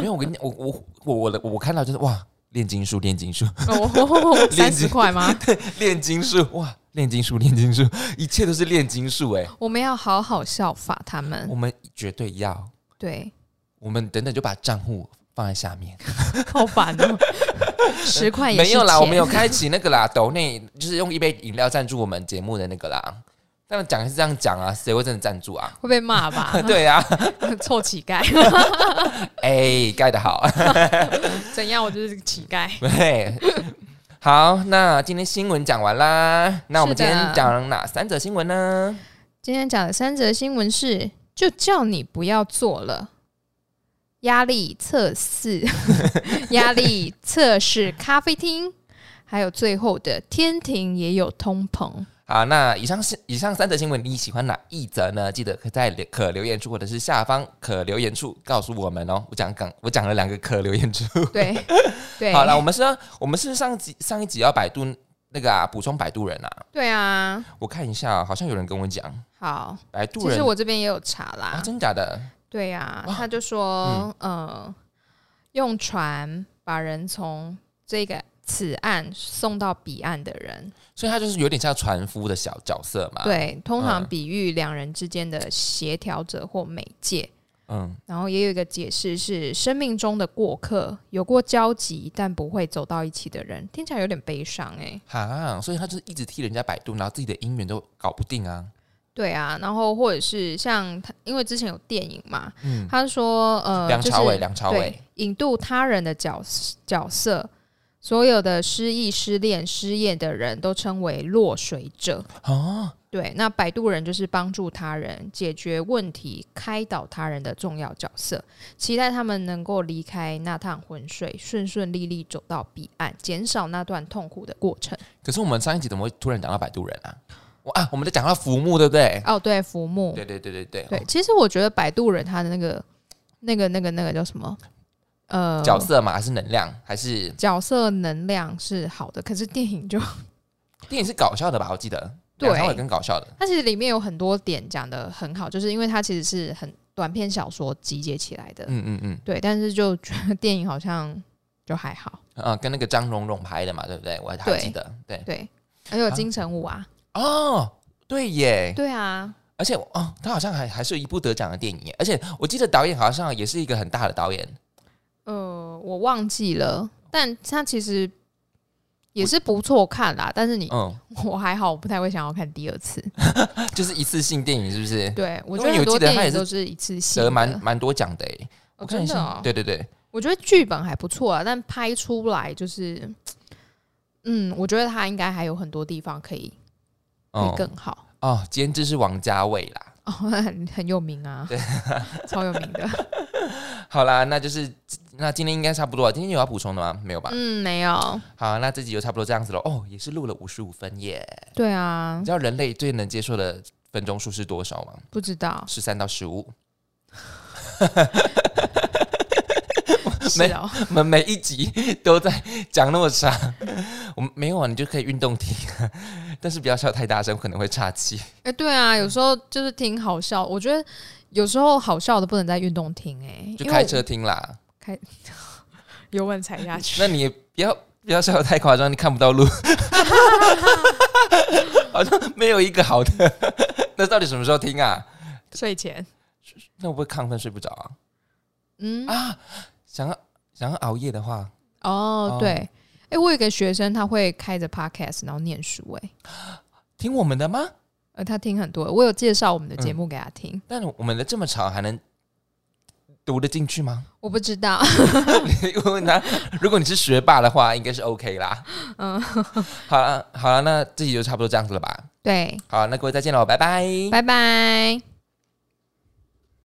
[SPEAKER 1] 没有，我跟你讲，我我我我的我看到就是哇，炼金术，炼金术，
[SPEAKER 2] <laughs> 哦，三十块吗？
[SPEAKER 1] 炼金术，哇，炼金术，炼金术，一切都是炼金术哎、
[SPEAKER 2] 我们要好好效法他
[SPEAKER 1] 我
[SPEAKER 2] 们。
[SPEAKER 1] 们绝对要，
[SPEAKER 2] 对，
[SPEAKER 1] 我们等等就把账户放在下面。
[SPEAKER 2] 好烦哦， <laughs> 十块也是
[SPEAKER 1] 没有啦，
[SPEAKER 2] 钱
[SPEAKER 1] 我们有开启那个啦，抖内就是用一杯饮料赞助我们节目的那个啦。当然讲是这样讲啊，谁会真的赞助啊？？
[SPEAKER 2] 会被骂 <laughs> 吧
[SPEAKER 1] 对啊，
[SPEAKER 2] <laughs> 臭乞丐，
[SPEAKER 1] 哎，盖得好，
[SPEAKER 2] 怎样？我就是个乞丐。
[SPEAKER 1] 对。好，那今天新闻讲完啦，那我们
[SPEAKER 2] 是
[SPEAKER 1] 今
[SPEAKER 2] 的
[SPEAKER 1] 天讲哪三则新闻呢？
[SPEAKER 2] 今天讲的三则新闻是：就叫你不要做了。压力测试， <laughs> 压力测试咖啡厅，还有最后的天庭也有通膨。
[SPEAKER 1] 好，啊那以上是以上三则新闻，你喜欢哪一则呢？记得可在留可留言处或者是下方可留言处告诉我们哦。我讲讲，我讲了两个可留言处。 <laughs>
[SPEAKER 2] 对对，
[SPEAKER 1] 好了，我们是要我们是上集上一集要百度那个啊，补充百度人啊。
[SPEAKER 2] 对啊，
[SPEAKER 1] 我看一下，好像有人跟我讲
[SPEAKER 2] 好。
[SPEAKER 1] 百度
[SPEAKER 2] 其
[SPEAKER 1] 人
[SPEAKER 2] 实我这边也有查啦，
[SPEAKER 1] 啊，真假的？
[SPEAKER 2] 对呀、
[SPEAKER 1] 哇嗯
[SPEAKER 2] 他就说，呃，用船把人从这个此岸送到彼岸的人，
[SPEAKER 1] 所以他就是有点像船夫的小角色嘛。，
[SPEAKER 2] 对，通常
[SPEAKER 1] 嗯
[SPEAKER 2] 比喻两人之间的协调者或媒介。
[SPEAKER 1] 嗯，
[SPEAKER 2] 然后也有一个解释是生命中的过客，有过交集但不会走到一起的人，听起来有点悲伤哎、
[SPEAKER 1] 哈，所以他就是一直替人家百度，然后自己的姻缘都搞不定啊。
[SPEAKER 2] 对啊，然后或者是像他，因为之前有电影嘛，
[SPEAKER 1] 嗯，
[SPEAKER 2] 他说呃，
[SPEAKER 1] 梁朝
[SPEAKER 2] 就
[SPEAKER 1] 伟，
[SPEAKER 2] 是
[SPEAKER 1] 梁朝
[SPEAKER 2] 对
[SPEAKER 1] 伟，，
[SPEAKER 2] 引渡他人的角角色，所有的失意、失恋、失业的人都称为落水者。
[SPEAKER 1] 哦，
[SPEAKER 2] 对，那摆渡人就是帮助他人解决问题、开导他人的重要角色，期待他们能够离开那趟浑水，顺顺利利走到彼岸，减少那段痛苦的过程。
[SPEAKER 1] 可是我们上一集怎么会突然讲到百度人啊？我啊，我们在讲到浮木，对不对？
[SPEAKER 2] 哦，对，浮木，
[SPEAKER 1] 对对对对
[SPEAKER 2] 对
[SPEAKER 1] 对，，
[SPEAKER 2] 其实我觉得摆渡人他的那个、那个、那个、那个叫什么？呃，
[SPEAKER 1] 角色嘛，还是能量，还是
[SPEAKER 2] 角色能量是好的，可是电影就
[SPEAKER 1] 电影是搞笑的吧？我记得
[SPEAKER 2] 对
[SPEAKER 1] 梁朝伟跟搞笑的，
[SPEAKER 2] 它其实里面有很多点讲的很好，就是因为它其实是很短篇小说集结起来的。
[SPEAKER 1] 嗯嗯嗯，
[SPEAKER 2] 对，但是就觉得电影好像就
[SPEAKER 1] <laughs>
[SPEAKER 2] 还好。
[SPEAKER 1] 啊，跟那个张荣荣拍的嘛，对不对？我还
[SPEAKER 2] 对
[SPEAKER 1] 记得，对，
[SPEAKER 2] 对，还有
[SPEAKER 1] 啊
[SPEAKER 2] 金城武啊，
[SPEAKER 1] 哦，对耶，
[SPEAKER 2] 对啊，
[SPEAKER 1] 而且哦，他好像还还是一部得奖的电影耶，而且我记得导演好像也是一个很大的导演，
[SPEAKER 2] 呃，我忘记了，但他其实也是不错看啦。但是你
[SPEAKER 1] 嗯，
[SPEAKER 2] <laughs> 我还好，我不太会想要看第二次。
[SPEAKER 1] 就是一次性电影，是不是？
[SPEAKER 2] 对，我
[SPEAKER 1] 因为
[SPEAKER 2] 觉得很
[SPEAKER 1] 有
[SPEAKER 2] 多
[SPEAKER 1] 记得他
[SPEAKER 2] 电
[SPEAKER 1] 也
[SPEAKER 2] 影
[SPEAKER 1] 是
[SPEAKER 2] 都是一次性
[SPEAKER 1] 得
[SPEAKER 2] 的。
[SPEAKER 1] 蛮蛮多奖的诶，我
[SPEAKER 2] 哦，
[SPEAKER 1] 看
[SPEAKER 2] 真
[SPEAKER 1] 一
[SPEAKER 2] 的、
[SPEAKER 1] 下
[SPEAKER 2] 哦，，
[SPEAKER 1] 对对对，
[SPEAKER 2] 我觉得剧本还不错啊，但拍出来就是，嗯，我觉得他应该还有很多地方可以会
[SPEAKER 1] 嗯，
[SPEAKER 2] 更好。
[SPEAKER 1] 哦，监制是王家卫啦。
[SPEAKER 2] 哦， <laughs> 很很有名啊，对， <laughs> 超有
[SPEAKER 1] <laughs>
[SPEAKER 2] 名的。
[SPEAKER 1] 好啦，那就是那今天应该差不多了，今天有要补充的吗？没有吧？
[SPEAKER 2] 嗯，没有，
[SPEAKER 1] 好，那这集就差不多这样子了。哦，也是录了五十五分耶。
[SPEAKER 2] 对啊
[SPEAKER 1] 你知，道人类最能接受的分钟数是多少吗？
[SPEAKER 2] 不
[SPEAKER 1] <laughs>
[SPEAKER 2] 知道，
[SPEAKER 1] 十三到十五。
[SPEAKER 2] 是
[SPEAKER 1] 没
[SPEAKER 2] 哦，
[SPEAKER 1] 我们每一集都在讲那么长，我们没有啊，你就可以运动听， <laughs> 但是不要笑太大声，可能会岔气。
[SPEAKER 2] 哎、对啊，有时候就是挺好笑，我觉得有时候好笑的不能在运动听、哎，
[SPEAKER 1] 就
[SPEAKER 2] 因为
[SPEAKER 1] 开
[SPEAKER 2] 我
[SPEAKER 1] 车听啦。
[SPEAKER 2] 油门踩下去，
[SPEAKER 1] 那你也不要不要笑得太夸张，你看不到
[SPEAKER 2] <laughs>
[SPEAKER 1] 路， <laughs> 好像没有一个好的。 <laughs> 那到底什么时候听啊？
[SPEAKER 2] <laughs> 睡前，
[SPEAKER 1] 那我不会亢奋睡不着啊？
[SPEAKER 2] 嗯，
[SPEAKER 1] 啊，想要想要熬夜的话，
[SPEAKER 2] 哦
[SPEAKER 1] 哦，
[SPEAKER 2] 对，哎、我有一个学生，他会开着 podcast 然后念书、哎，
[SPEAKER 1] 听我们的吗？
[SPEAKER 2] 呃，他听很多，我有介绍我们的
[SPEAKER 1] 嗯
[SPEAKER 2] 节目给他听，
[SPEAKER 1] 但我们的这么长还能读得进去吗？ <laughs>
[SPEAKER 2] 我不知道， <laughs>
[SPEAKER 1] 你问问他，如果你是学霸的话，应该是 OK 啦。
[SPEAKER 2] 嗯，
[SPEAKER 1] 好了，好了，那这集就差不多这样子了吧？
[SPEAKER 2] 对，
[SPEAKER 1] 嗯好，那各位再见喽，拜拜。
[SPEAKER 2] 拜拜。